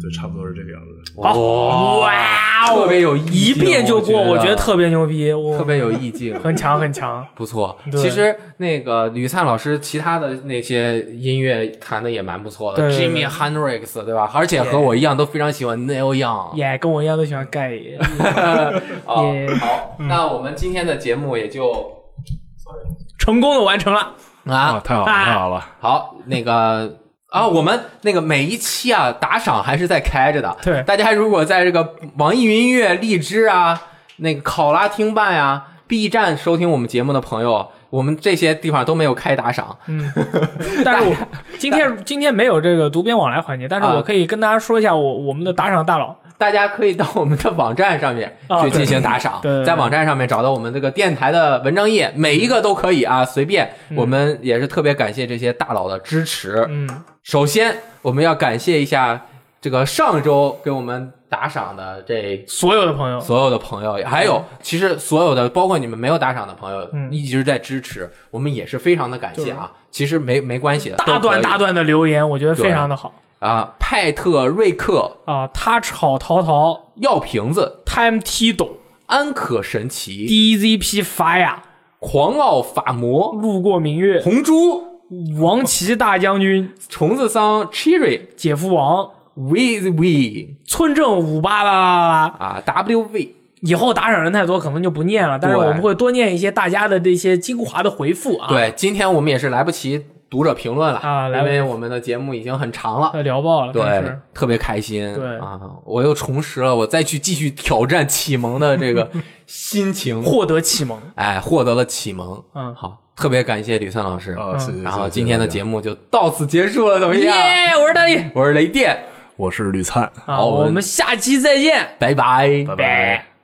对，差不多是这个样子。好哇，哇哦特别有意一境遍就过，我我觉得特别牛逼，我特别有意 境。很强很强。不错，对其实那个吕灿老师其他的那些音乐弹的也蛮不错的对对，Jimmy 对 Hendrix 对吧？而且和我一样都非常喜欢 Neil Young。耶，跟我一样都喜欢盖 爷。哦 Yeah 好，那我们今天的节目也就成功的完成了。啊，啊。太好了，啊太好了，好，那个。啊，我们那个每一期啊打赏还是在开着的，对大家如果在这个网易云音乐、荔枝啊、那个考拉听办呀、B 站收听我们节目的朋友，我们这些地方都没有开打赏，但是我今天今天没有这个读编往来环节，但是啊我可以跟大家说一下我我们的打赏大佬，大家可以到我们的网站上面啊去对进行打赏，对对对在网站上面找到我们这个电台的文章页，每一个都可以啊，随便。我们也是特别感谢这些大佬的支持。嗯，首先，我们要感谢一下这个上周给我们打赏的这所有的朋友，所有的朋友，还有其实所有的，包括你们没有打赏的朋友，嗯一直在支持，我们也是非常的感谢啊。其实没没关系的，大都可段以大段的留言，我觉得非常的好啊，派特瑞克、啊。他炒淘淘药瓶子、 ，Time T 懂安可神奇。 ，DZP Fire，狂傲法魔、路过明月，红猪、王琦大将军，虫子桑、Cherry、姐夫王， We We 村正五八八八八八。啊、W V 以后打赏人太多，可能就不念了，但是对我们会多念一些大家的这些精华的回复啊。，对，今天我们也是来不及读者评论了啊来因不及为我们的节目已经很长了。聊爆了，但对是，特别开心。对啊，我又重拾了我再去继续挑战启蒙的这 个心情，获得启蒙。哎，获得了启蒙。嗯好，特别感谢吕森老师。啊，谢谢。然谢后谢今天的大家节目就到此结束了，怎么耶样？，我是大力我是雷电，我是吕灿，啊，好我们我们下期再见。拜拜，拜拜拜。